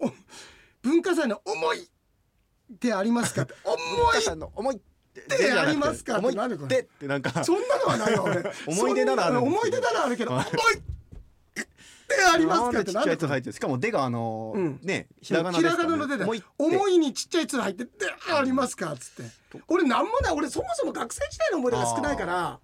A: 文化祭の思いってありますか思
B: 皆さ
A: い
B: んの思いって
A: で
B: じゃなくて
A: ありますか
B: 思い
A: 何こ
B: っ
A: れ
B: てってなんか
A: そんなのはないよ俺
B: 思い出ならある
A: そん思い出ならあるけど思いありますかって
B: な
A: なんん
B: でちっちゃい
A: で
B: 「つ」入ってるしかも「で」があのー
A: うん
B: ねひらがなですから
A: ひらがなの「で」だ
B: もう一
A: 思いにちっちゃい「つ」入ってで「ありますか」っつって俺なんもない俺そもそも学生時代の思い出が少ないから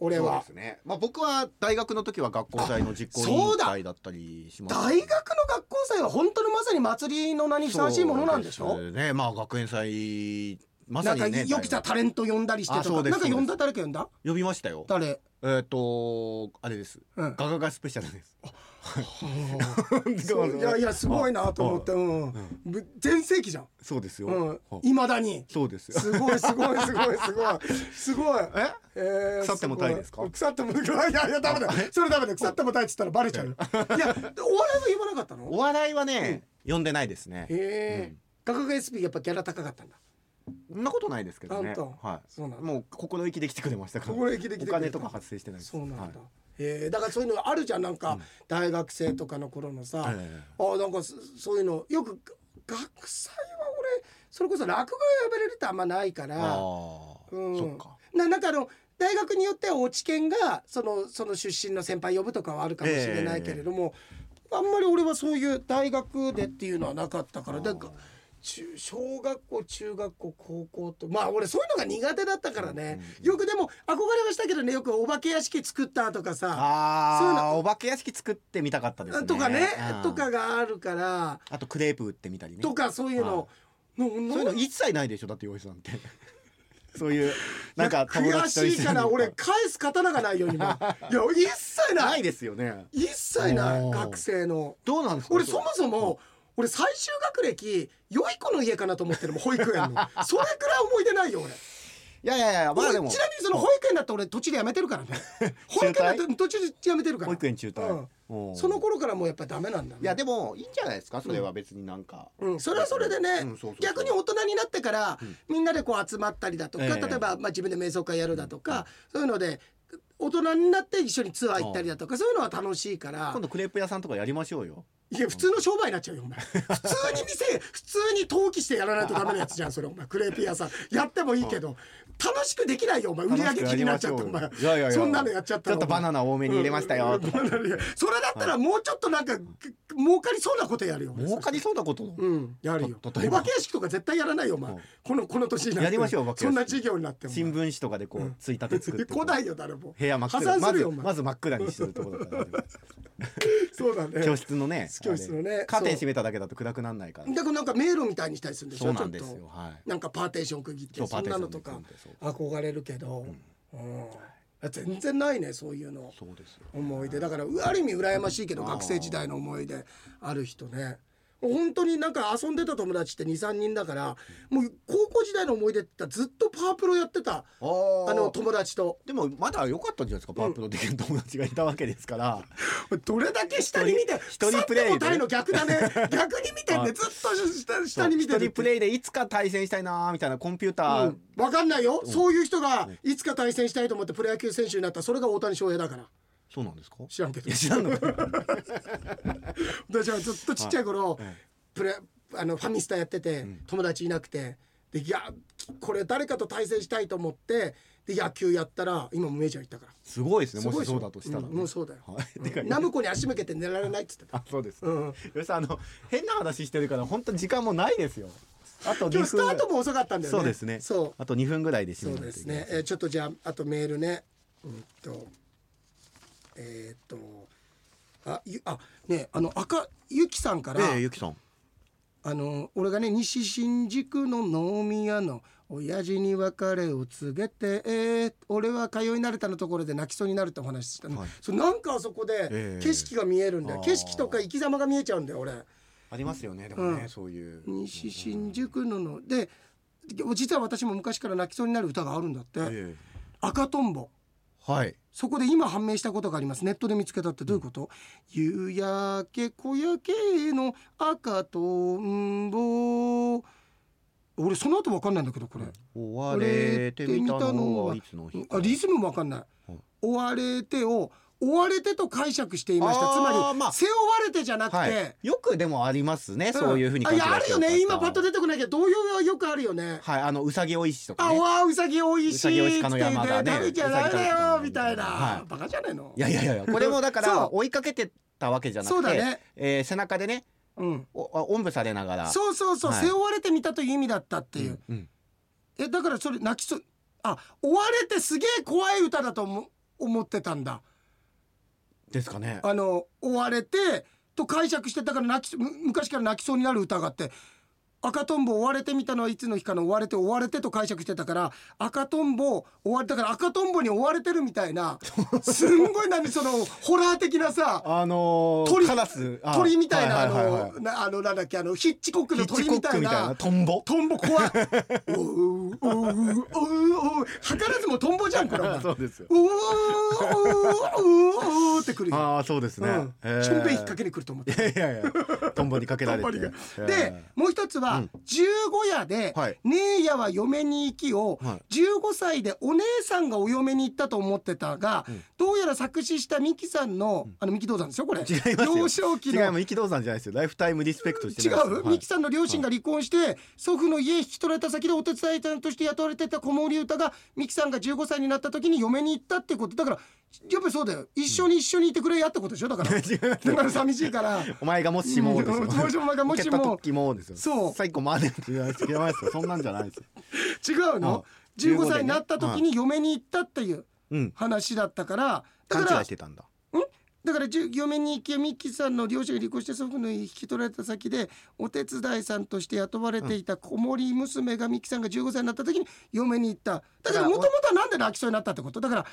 A: 俺
B: そう
A: は
B: ですね、まあ、僕は大学の時は学校祭の実行委員会だったりします
A: 大学の学校祭は本当のまさに祭りの名にふさわしいものなんでしょ
B: そうすねまあ学園祭まさ
A: なん
B: に
A: か
B: ね
A: よきたタレント呼んだりして
B: あそ
A: と
B: う
A: か
B: です
A: なんか呼んだ
B: そ
A: 誰
B: うです
A: か呼んだ
B: 呼びましたよ
A: 誰
B: えっ、とあれです
A: うん
B: ガガガスペシャルです
A: そういやいやすごいなと思って
B: は
A: うんぶ全盛期じゃん
B: そうですよ、
A: うん
B: はい
A: いまだに
B: そうですよ
A: すごいすごいすごいすごいすごい
B: え
A: えー
B: 腐ってもたいですか
A: ご腐ってもいやいやダメだそれダメだ腐ってもたいっつったらバレちゃうよいやお笑いは言わなかったの
B: お笑いはね、呼んでないですね
A: へえガガガ SP やっぱギャラ高かったんだ
B: そんなことないですけどね
A: あんた
B: はい
A: そうなんだ
B: もう心意気で来てくれましたから
A: 心意気で来てくれた
B: お金とか発生してないです
A: そうなんだ、
B: はい
A: えーだからそういうのあるじゃんなんか大学生とかの頃のさ、
B: はいはいはい
A: あなんかそそういうのよく学祭は俺それこそ落語をやめれるってあんまないか
B: あ
A: ら
B: ー
A: うん
B: そっか
A: ななんかあの大学によっては落研がそのその出身の先輩呼ぶとかはあるかもしれないけれども、あんまり俺はそういう大学でっていうのはなかったからだから中小学校中学校高校とまあ俺そういうのが苦手だったからね、よくでも憧れはしたけどねよくお化け屋敷作ったとかさ
B: あ
A: そういう
B: あ
A: の
B: お化け屋敷作ってみたかったですね
A: とかね
B: うん
A: とかがあるから
B: あとクレープ売ってみたりね
A: とかそういうの、のの
B: そういうの一切ないでしょだって洋一さんって そういうなんか友
A: 悔
B: 達と一緒に
A: しいから俺返す刀がないよ今い や一切ない
B: ないですよね
A: 一切ない
B: おー
A: 学生の
B: どうなんですか
A: 俺そもそも俺最終学歴良い子の家かなと思ってるもん保育 園のそれくらい思い出ないよ俺
B: いやいやいやま
A: 俺
B: あで
A: ちなみ
B: も
A: にその保育園だって俺途中で辞めてるからね 保育園だって途中で辞めてるから
B: 保育園中退
A: うん
B: おー
A: その頃からもうやっぱダメなんだね
B: いやでもいいんじゃないですかそれは別になんか、
A: うん、それはそれでね、
B: うんそうそうそう
A: 逆に大人になってから、みんなでこう集まったりだとか、
B: ええ
A: 例えば、まあ、自分で瞑想会やるだとか、そういうので大人になって一緒にツアー行ったりだとか、そういうのは楽しいから
B: 今度クレープ屋さんとかやりましょうよ
A: いや普通の商売になっちゃうよお前普通に店普通に登記してやらないとダメなやつじゃんそれお前クレープ屋さんやってもいいけど楽しくできないよお前売り上げ気になっちゃってお前
B: いやいやいや
A: そんなのやっちゃった
B: ち
A: ら
B: ょっとバナナ多めに入れましたよ、
A: うんうん うんバナナいやそれだったらもうちょっとなんか、く儲かりそうなことやるよお前
B: 儲かりそうなこと、
A: うん、やるよ。お
B: た
A: 化
B: 例えば
A: け屋敷とか絶対やらないよ、お前
B: うん。
A: この、この年になって。
B: やりましょうお化け屋
A: そ
B: 敷
A: んな事業になっても。
B: 新聞紙とかでこうついた て作って
A: 来ないよ、誰も。
B: 部屋真っ
A: 破
B: 暗
A: 産
B: ます
A: る
B: ず
A: よ、お前。
B: まず真っ暗にしてるところだ から
A: そうだね。
B: 教室のね
A: 教室のね
B: あれ
A: そう
B: カーテン閉めただけだと暗くならないから
A: だからなんか迷路みたいにしたりするんでしょ、
B: そうなんです
A: ちょ
B: よ
A: っ
B: はい
A: となんかパーテーション区切って、
B: そう
A: そんなのと
B: パ
A: か
B: ーテーション区切って
A: 憧れるけど、うん全然ないね、そういうの。
B: そうですよ
A: 思い出だからうある意味羨ましいけど学生時代の思い出ある人ね本当になんか遊んでた友達って23人だからもう高校時代の思い出って言ったらずっとパワープロやってた
B: あー
A: あの友達と
B: でもまだ良かったんじゃないですかパワープロできる友達がいたわけですから、
A: どれだけ下に見て
B: 一人一人プレ
A: 腐っ
B: イで
A: てもたいの逆だね 逆に見てんで
B: はい
A: ずっと下 下に見て
B: 一人プ
A: イ
B: レイでいつか対戦したいなーみたいなコンピューター、
A: 分かんないよそういう人がいつか対戦したいと思ってプロ野球選手になったそれが大谷翔平だから
B: そうなんですか
A: 知らんけど
B: いや知らんのか
A: 私はずっとちっちゃい頃、
B: いうん
A: プレあのファミスタやってて、友達いなくてでいやこれ誰かと対戦したいと思ってで野球やったら今もメジャー行ったから
B: すごいですね
A: すごいで
B: もし
A: しょ
B: そうだとしたら、
A: うんもうそうだよ
B: はい、 てか、
A: ナムコに足向けて寝られないっつってた
B: あそうです、
A: うん
B: よしさんあの変な話してるから本当に時間もないですよあと
A: 今
B: 2
A: 日スタ
B: 分
A: ートも遅かったんだよね
B: そうですね
A: そう
B: あと2分ぐらいで締
A: そ
B: め
A: う
B: な
A: で
B: いといけ
A: す
B: ない
A: ね、えーちょっとじゃああとメールねうんとえーっとあゆあねあの赤ゆきさんから、
B: ええゆきさん
A: あの俺がね西新宿の飲み屋の親父に別れを告げて、えー俺は通い慣れたのところで泣きそうになるってお話ししたの、
B: はい
A: そうなんかあそこで
B: ええ
A: 景色が見えるんだよ、
B: あー
A: 景色とか生き様が見えちゃうんだよ俺
B: ありますよねでもね、
A: うん
B: そういう
A: 西新宿のので実は私も昔から泣きそうになる歌があるんだって「
B: え
A: 赤とんぼ」
B: えはい
A: そこで今判明したことがありますネットで見つけたってどういうこと、夕焼け小焼けの赤とんぼ俺その後わかんないんだけどこれ、
B: 追われてみたのはいつの日
A: あリズムもわかんない、
B: はい
A: 追われてを追われてと解釈していました
B: あー
A: つまり、
B: まあ
A: 背負われてじゃなくて、
B: はい、よくでもありますね、
A: ん
B: そういうふうに
A: あ
B: 勘違
A: い
B: いして
A: やあるよ
B: る
A: ね
B: 方
A: 今パッと出てこないけど同様はよくあるよね
B: はいあのうさぎおいしとか
A: あ
B: ね
A: わあうさぎおいしい
B: ウサギおいしか
A: っ
B: の
A: て言っ
B: 山
A: て
B: 田ね
A: 食べちゃダメだよみたいな、
B: はい
A: バカじゃねえの
B: いやいやいやこれもだか
A: そう
B: ら追いかけてたわけじゃなくて
A: そうだね
B: えー背中でね
A: うん
B: おあおんぶされながらうっ
A: そうそうそう、
B: はい
A: 背負われてみたという意味だったっていう、
B: んん
A: えだからそれ泣きそうあ追われてすげえ怖い歌だと思思ってたんだ
B: ですかね
A: あの追われてと解釈してだから泣きむ昔から泣きそうになる歌があって赤とんぼ追われてみたのはいつの日かの追われて追われてと解釈してたから赤とんぼ追われだから赤とんぼに追われてるみたい なすんごい何そのホラー的なさ
B: あのー
A: 鳥
B: カラスあ
A: 鳥みたいなあ
B: はいはいはいは
A: のなあのなんだっけあのヒッチコック
B: いヒ
A: の
B: ッチ
A: 鳥
B: コ
A: み
B: ッ
A: た
B: ク
A: い
B: みたい
A: な
B: なトンボ
A: トンボ怖いおうおうおうおうおう図らずもトンボじゃんこれお前
B: うですよ
A: おうおうおうおうってくるよ。
B: ああそうですね
A: うん
B: えー
A: ちょんべん引っ掛けにくると思って。
B: いやいやいやトンボにかけられ
A: 頑張
B: て
A: りが
B: えー
A: でもう一つ
B: う
A: は
B: ん
A: 十五夜で
B: はい
A: 「姉やは嫁に行き」を
B: はい
A: 15歳でお姉さんがお嫁に行ったと思ってたが
B: うん
A: どうやら作詞したミキさんのあのミキ道山ですよこれ
B: 違いますよ
A: 幼少期
B: 違うも
A: の
B: う生き道山じゃないですよライフタイムリスペクトして
A: 違
B: ないですよ
A: う
B: はい
A: ミキさんの両親が離婚して祖父の家へ引き取られた先でお手伝いさんとして雇われてた子守歌がミキさんが15歳になった時に嫁に行ったってことだからやっぱりそうだよ一緒に一緒にいてくれやってことでしょだから
B: 違います
A: だから寂しいから
B: お前がもしもですよ。
A: うんもしもお前がもしも
B: 受けた時もですよ。
A: そう
B: 最後までって言われて ないですよ。そんなんじゃないですよ。
A: 違うの
B: うん15
A: ?15 歳になった時に嫁に行ったっていう
B: うん。
A: 話だったからだ
B: 勘
A: か
B: 違
A: ら
B: いしてたんだ。
A: だからじゅ嫁に行きミキさんの両親が離婚して祖父の引き取られた先でお手伝いさんとして雇われていた子守娘がミキさんが15歳になった時に嫁に行っただからもともとはなんで泣きそうになったってことだから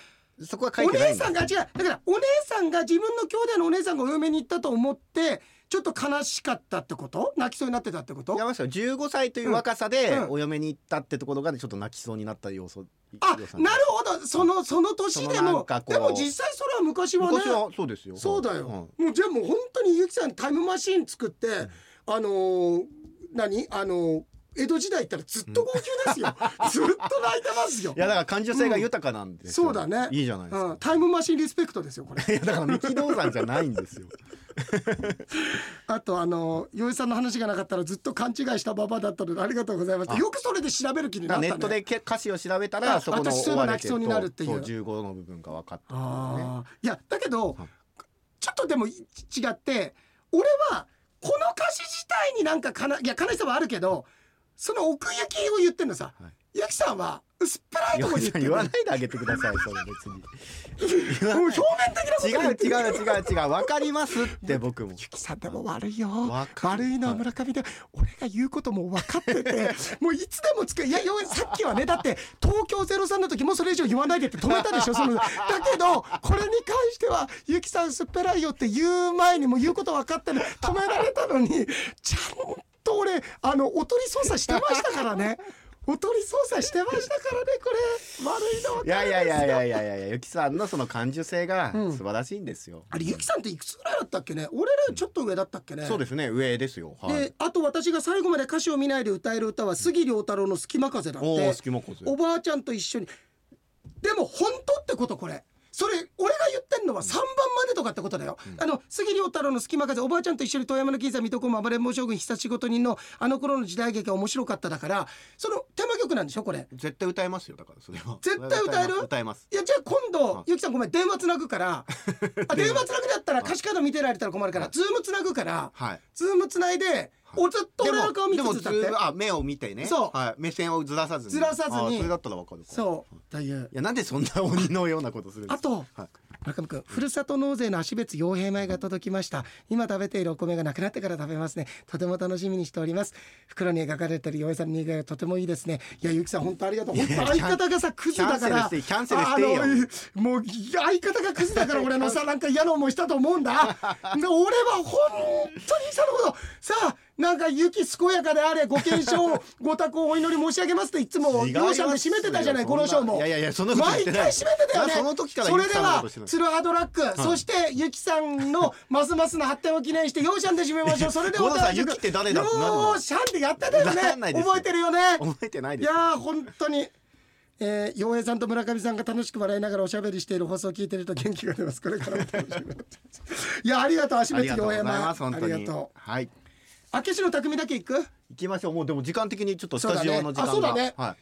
B: そこは書い
A: お
B: てな
A: 姉
B: いんだ。
A: さんが違うだからお姉さんが自分の兄弟のお姉さんがお嫁に行ったと思ってちょっと悲しかったってこと泣きそうになってたってこと
B: 山下さん15歳という若さで
A: うんうん
B: お嫁に行ったってところがちょっと泣きそうになった要素。
A: あ
B: 要素
A: なるほどそのその年で
B: そのな
A: も
B: んかこう
A: でも実際それは昔はね
B: 昔はそうですよ。
A: そうだよ、もうじゃあもう本当にゆきさんタイムマシーン作って、あのー何あのー江戸時代行ったらずっと号泣です よ、ずっと泣いてますよ
B: うん。いやだから感受性が豊かなんですよ
A: そうだね
B: いいじゃないです
A: うん
B: か。
A: タイムマシーンリスペクトですよこれ
B: いやだから三木道山じゃないんですよ。
A: あとあのー、よいさんの話がなかったらずっと勘違いしたババアだったのでありがとうございます
B: あ
A: よくそれで調べる気に なったね
B: ネットでけ歌詞を調べた
A: あ
B: らそこの
A: 私そういうの泣きそうになるっていう
B: そう15の部分が分かった。
A: ああ、いやだけど、
B: はい
A: ちょっとでもい違って俺はこの歌詞自体になんかかないや悲しさはあるけどその奥行きを言ってんのさ、
B: はい
A: ゆきさんは薄っぺらいところ
B: 山下
A: 言ってんのもう
B: さん言わないであげてくださいそれ別 に。
A: 表面的なこと
B: 違
A: 言
B: う
A: って
B: 違う違う違う分かりますっ て僕も
A: ゆきさんでも悪いよ
B: わかる
A: 悪いのは村上で俺が言うことも分かって てもういつでも使ういやよさっきはねだって東京03の時もそれ以上言わないでって止めたでしょそのだけどこれに関してはゆきさんすっぺらいよって言う前にもう言うこと分かってる止められたのにちゃんと俺あのおとり捜査してましたからねおとり捜査してましたからねこれ悪いのは分
B: い
A: か
B: や
A: る
B: い
A: んですよ
B: やいやいやいやいやゆきさんのその感受性が
A: うん
B: 素晴らしいんですよ、
A: あれゆきさんっていくつぐらいだったっけね俺らちょっと上だったっけね、
B: そうですね上ですよはい
A: であと私が最後まで歌詞を見ないで歌える歌は杉良太郎の「隙間風」だっ
B: おお
A: て
B: 隙間小僧
A: おばあちゃんと一緒にでも本当ってことこれそれ俺が言ってんのは3番までとかってことだよ、あの杉良太郎の「隙間風」おばあちゃんと一緒に遠山の金さん水戸黄門暴れん坊将軍必殺仕事人のあの頃の時代劇が面白かっただからそのテーマ曲なんでしょこれ
B: 絶対歌えますよだからそれは
A: 絶対歌える
B: 歌えます
A: いやじゃあ今
B: う
A: 度
B: ん
A: ゆきさんごめん電話つなぐから あ電話つなぐだったら歌詞カード見てられたら困るからズームつなぐから
B: はい
A: ズームつないでおずっと
B: で
A: 俺
B: も
A: の顔見
B: で
A: て
B: も
A: つ
B: ず
A: だって
B: ーあ目を見てね
A: そう
B: はい、目線をずらさずに
A: ずらさずに
B: あーそれだったらわかるかう
A: そうという
B: いやなんでそんな鬼のようなことするんで
A: あ
B: すか
A: と
B: はい
A: 中身君ふるさと納税の足別傭兵米が届きました今食べているお米がなくなってから食べますねとても楽しみにしております袋に描かれている傭兵さんの似顔絵がとてもいいですねいやゆきさん本当ありがとう
B: いや
A: 本
B: いや
A: 当相方がさクズだから
B: キャンセルしてキャンセルしていいよ
A: ああのもう相方がクズだから俺のさなんか嫌な思いしたと思うんだで俺は本当にさのことさあなんかゆき健やかであれご健勝ご多幸お祈り申し上げますっていつも
B: 違います
A: 両者
B: よ
A: で締めてたじゃないこの賞も
B: いやいやいやそんなこと言っ
A: 毎
B: て
A: 回
B: ない
A: 締めてたよね
B: その時から
A: そ
B: ゆ
A: れ
B: き
A: で
B: さんのこ
A: は
B: としてない
A: ツルハドラック、そしてゆきさんのますますの発展を記念してよーしゃんで締めま しょうそれでは
B: 五郎さんゆきって誰だってなるの
A: よーしゃんでやってたよね
B: ならないですよ
A: 覚えてるよね
B: 覚えてない
A: い
B: です
A: やー本当にえー、洋平さんと村上さんが楽しく笑いながらおしゃべりしている放送を聞いてると元気が出ますこれからも楽しみいやありがとう足
B: あり
A: 別
B: がとう
A: 洋
B: ござ
A: 平
B: います
A: マン
B: 本当
A: あり
B: に
A: がとう
B: はい
A: 明石の匠だけ行く
B: 行きましょうもうでも時間的にちょっとスタジオの時間が
A: そうだねあそうだね
B: はい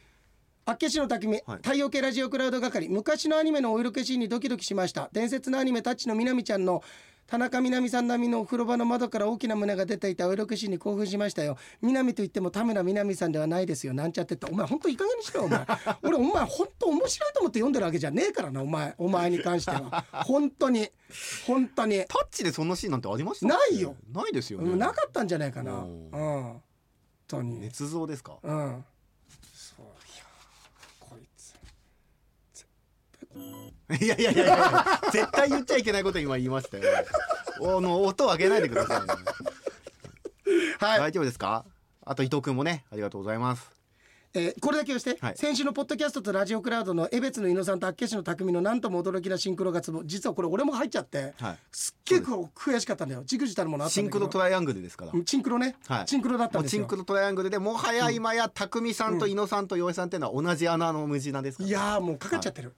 A: 明石の匠、
B: はい
A: 太陽系ラジオクラウド係昔のアニメのお色気シーンにドキドキしました伝説のアニメ「タッチ」のみなみちゃんの田中みなみさん並みのお風呂場の窓から大きな胸が出ていたお色気シーンに興奮しましたよみなみといっても田村みなみさんではないですよなんちゃってってお前ほんといい加減にしろよお 前俺お前ほんと面白いと思って読んでるわけじゃねえからなお前お前に関しては本当に本当に
B: タッチでそんなシーンなんてありました
A: ないよ
B: ないですよ
A: うん
B: ね
A: なかったんじゃないかなう
B: お
A: ん
B: ー
A: 本当に
B: 捏造ですか
A: うん。そういやこいつ
B: いやいやいやいや絶対言っちゃいけないこと今言いましたよあの音を上げないでくださいね、
A: はい、
B: 大丈夫ですかあと伊藤君もねありがとうございます
A: えーこれだけをして、
B: はい
A: 先週のポッドキャストとラジオクラウドの江別の猪野さんと厚岸の匠のなんとも驚きなシンクロがツボ実はこれ俺も入っちゃって、
B: はい
A: すっげえこう悔しかったんだよじくじたるものあった
B: シ
A: ん
B: ン
A: だけ
B: ク
A: ど
B: ロトライアングルですから
A: うんチンクロね、
B: はい
A: チンクロだった
B: も
A: ん
B: う
A: です
B: チ
A: よ
B: ンクロトライアングルでもはや今や匠さんと伊野さんと洋江さんっていうのは同じ穴の無地なんですから
A: いやーもうかかっちゃってる、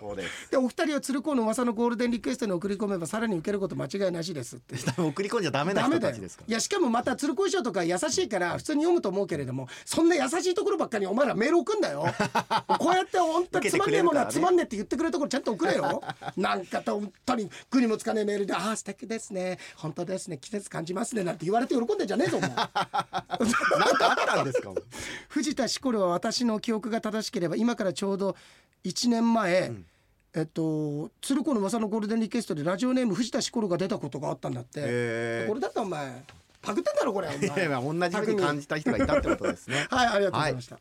B: そうです
A: でお二人を鶴光の噂のゴールデンリクエストに送り込めばさらに受けること間違いなしですって
B: 多分送り込んじゃダメな
A: ダメ
B: 人
A: だ
B: た
A: よ
B: ちですか
A: いやしかもまた鶴光師匠とか優しいから普通に読むと思うけれどもそんな優しいところばっかりお前らメール送んだ よこうやって本当につまんねえものはつまんねえって言ってくれるところちゃんと送れよなんか本当に苦にもつかねえメールで「ああ素敵ですね本当ですね季節感じますね」なんて言われて喜んでんじゃねえ ぞもう
B: らなんかあったんですかもう
A: 藤田しこるは私の記憶が正しければ今からちょうど1年前、えっと鶴光の噂のゴールデンリクエストでラジオネーム藤田しこるが出たことがあったんだって、
B: へー
A: これだってお前パクってんだろこれお前
B: いやいや同じふうに感じた人がいたってことですね
A: はい、ありがとうございました。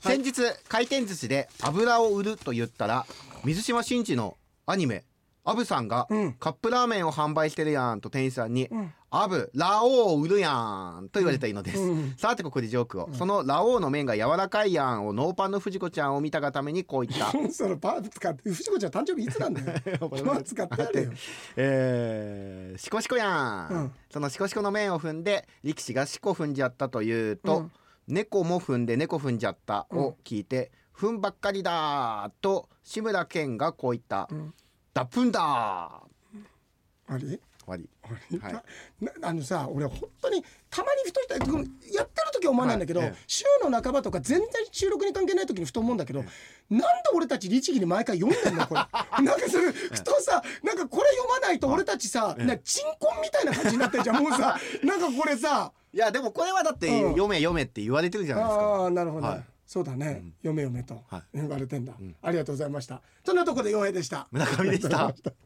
B: 先日回転寿司で油を売ると言ったら水島新司のアニメ「アブさんが
A: うん
B: カップラーメンを販売してるやん」と店員さんに
A: うん
B: 「アブラオウ売るやん」と言われたいのです、
A: うん
B: さてここでジョークを、そのラオウの麺が柔らかいやんをノーパンの藤子ちゃんを見たがためにこう言った
A: そのパーツ使って、藤子ちゃん誕生日いつなんだよ。パーツ使ってやれよ。
B: えー、シコシコやん、
A: うん
B: そのシコシコの面を踏んで力士がシコ踏んじゃったというと、
A: うん
B: 猫も踏んで猫踏んじゃったを聞いて、踏んばっかりだーと志村けんがこう言った、
A: ん
B: だっぷんだ
A: あれ。
B: ー終わり
A: あ
B: はい
A: れなあのさ俺本当にたまにふとしたごめんやってる時は思わないんだけど、
B: はいええ
A: 週の半ばとか全然収録に関係ない時にふと思うんだけど、なんで俺たち律儀に毎回読んでんのこれなんかそれふとさなんかこれ読まないと俺たちさ、な鎮魂みたいな感じになってんじゃんもうさなんかこれさ
B: いやでもこれはだって
A: うん
B: 読め読めって言われてるじゃないですか、
A: ああなるほど、
B: はい
A: そうだね、読め読めと
B: は
A: 言われてんだ、ありがとうございましたそんなとこで洋平でした
B: 村上でした
A: ありがとうございま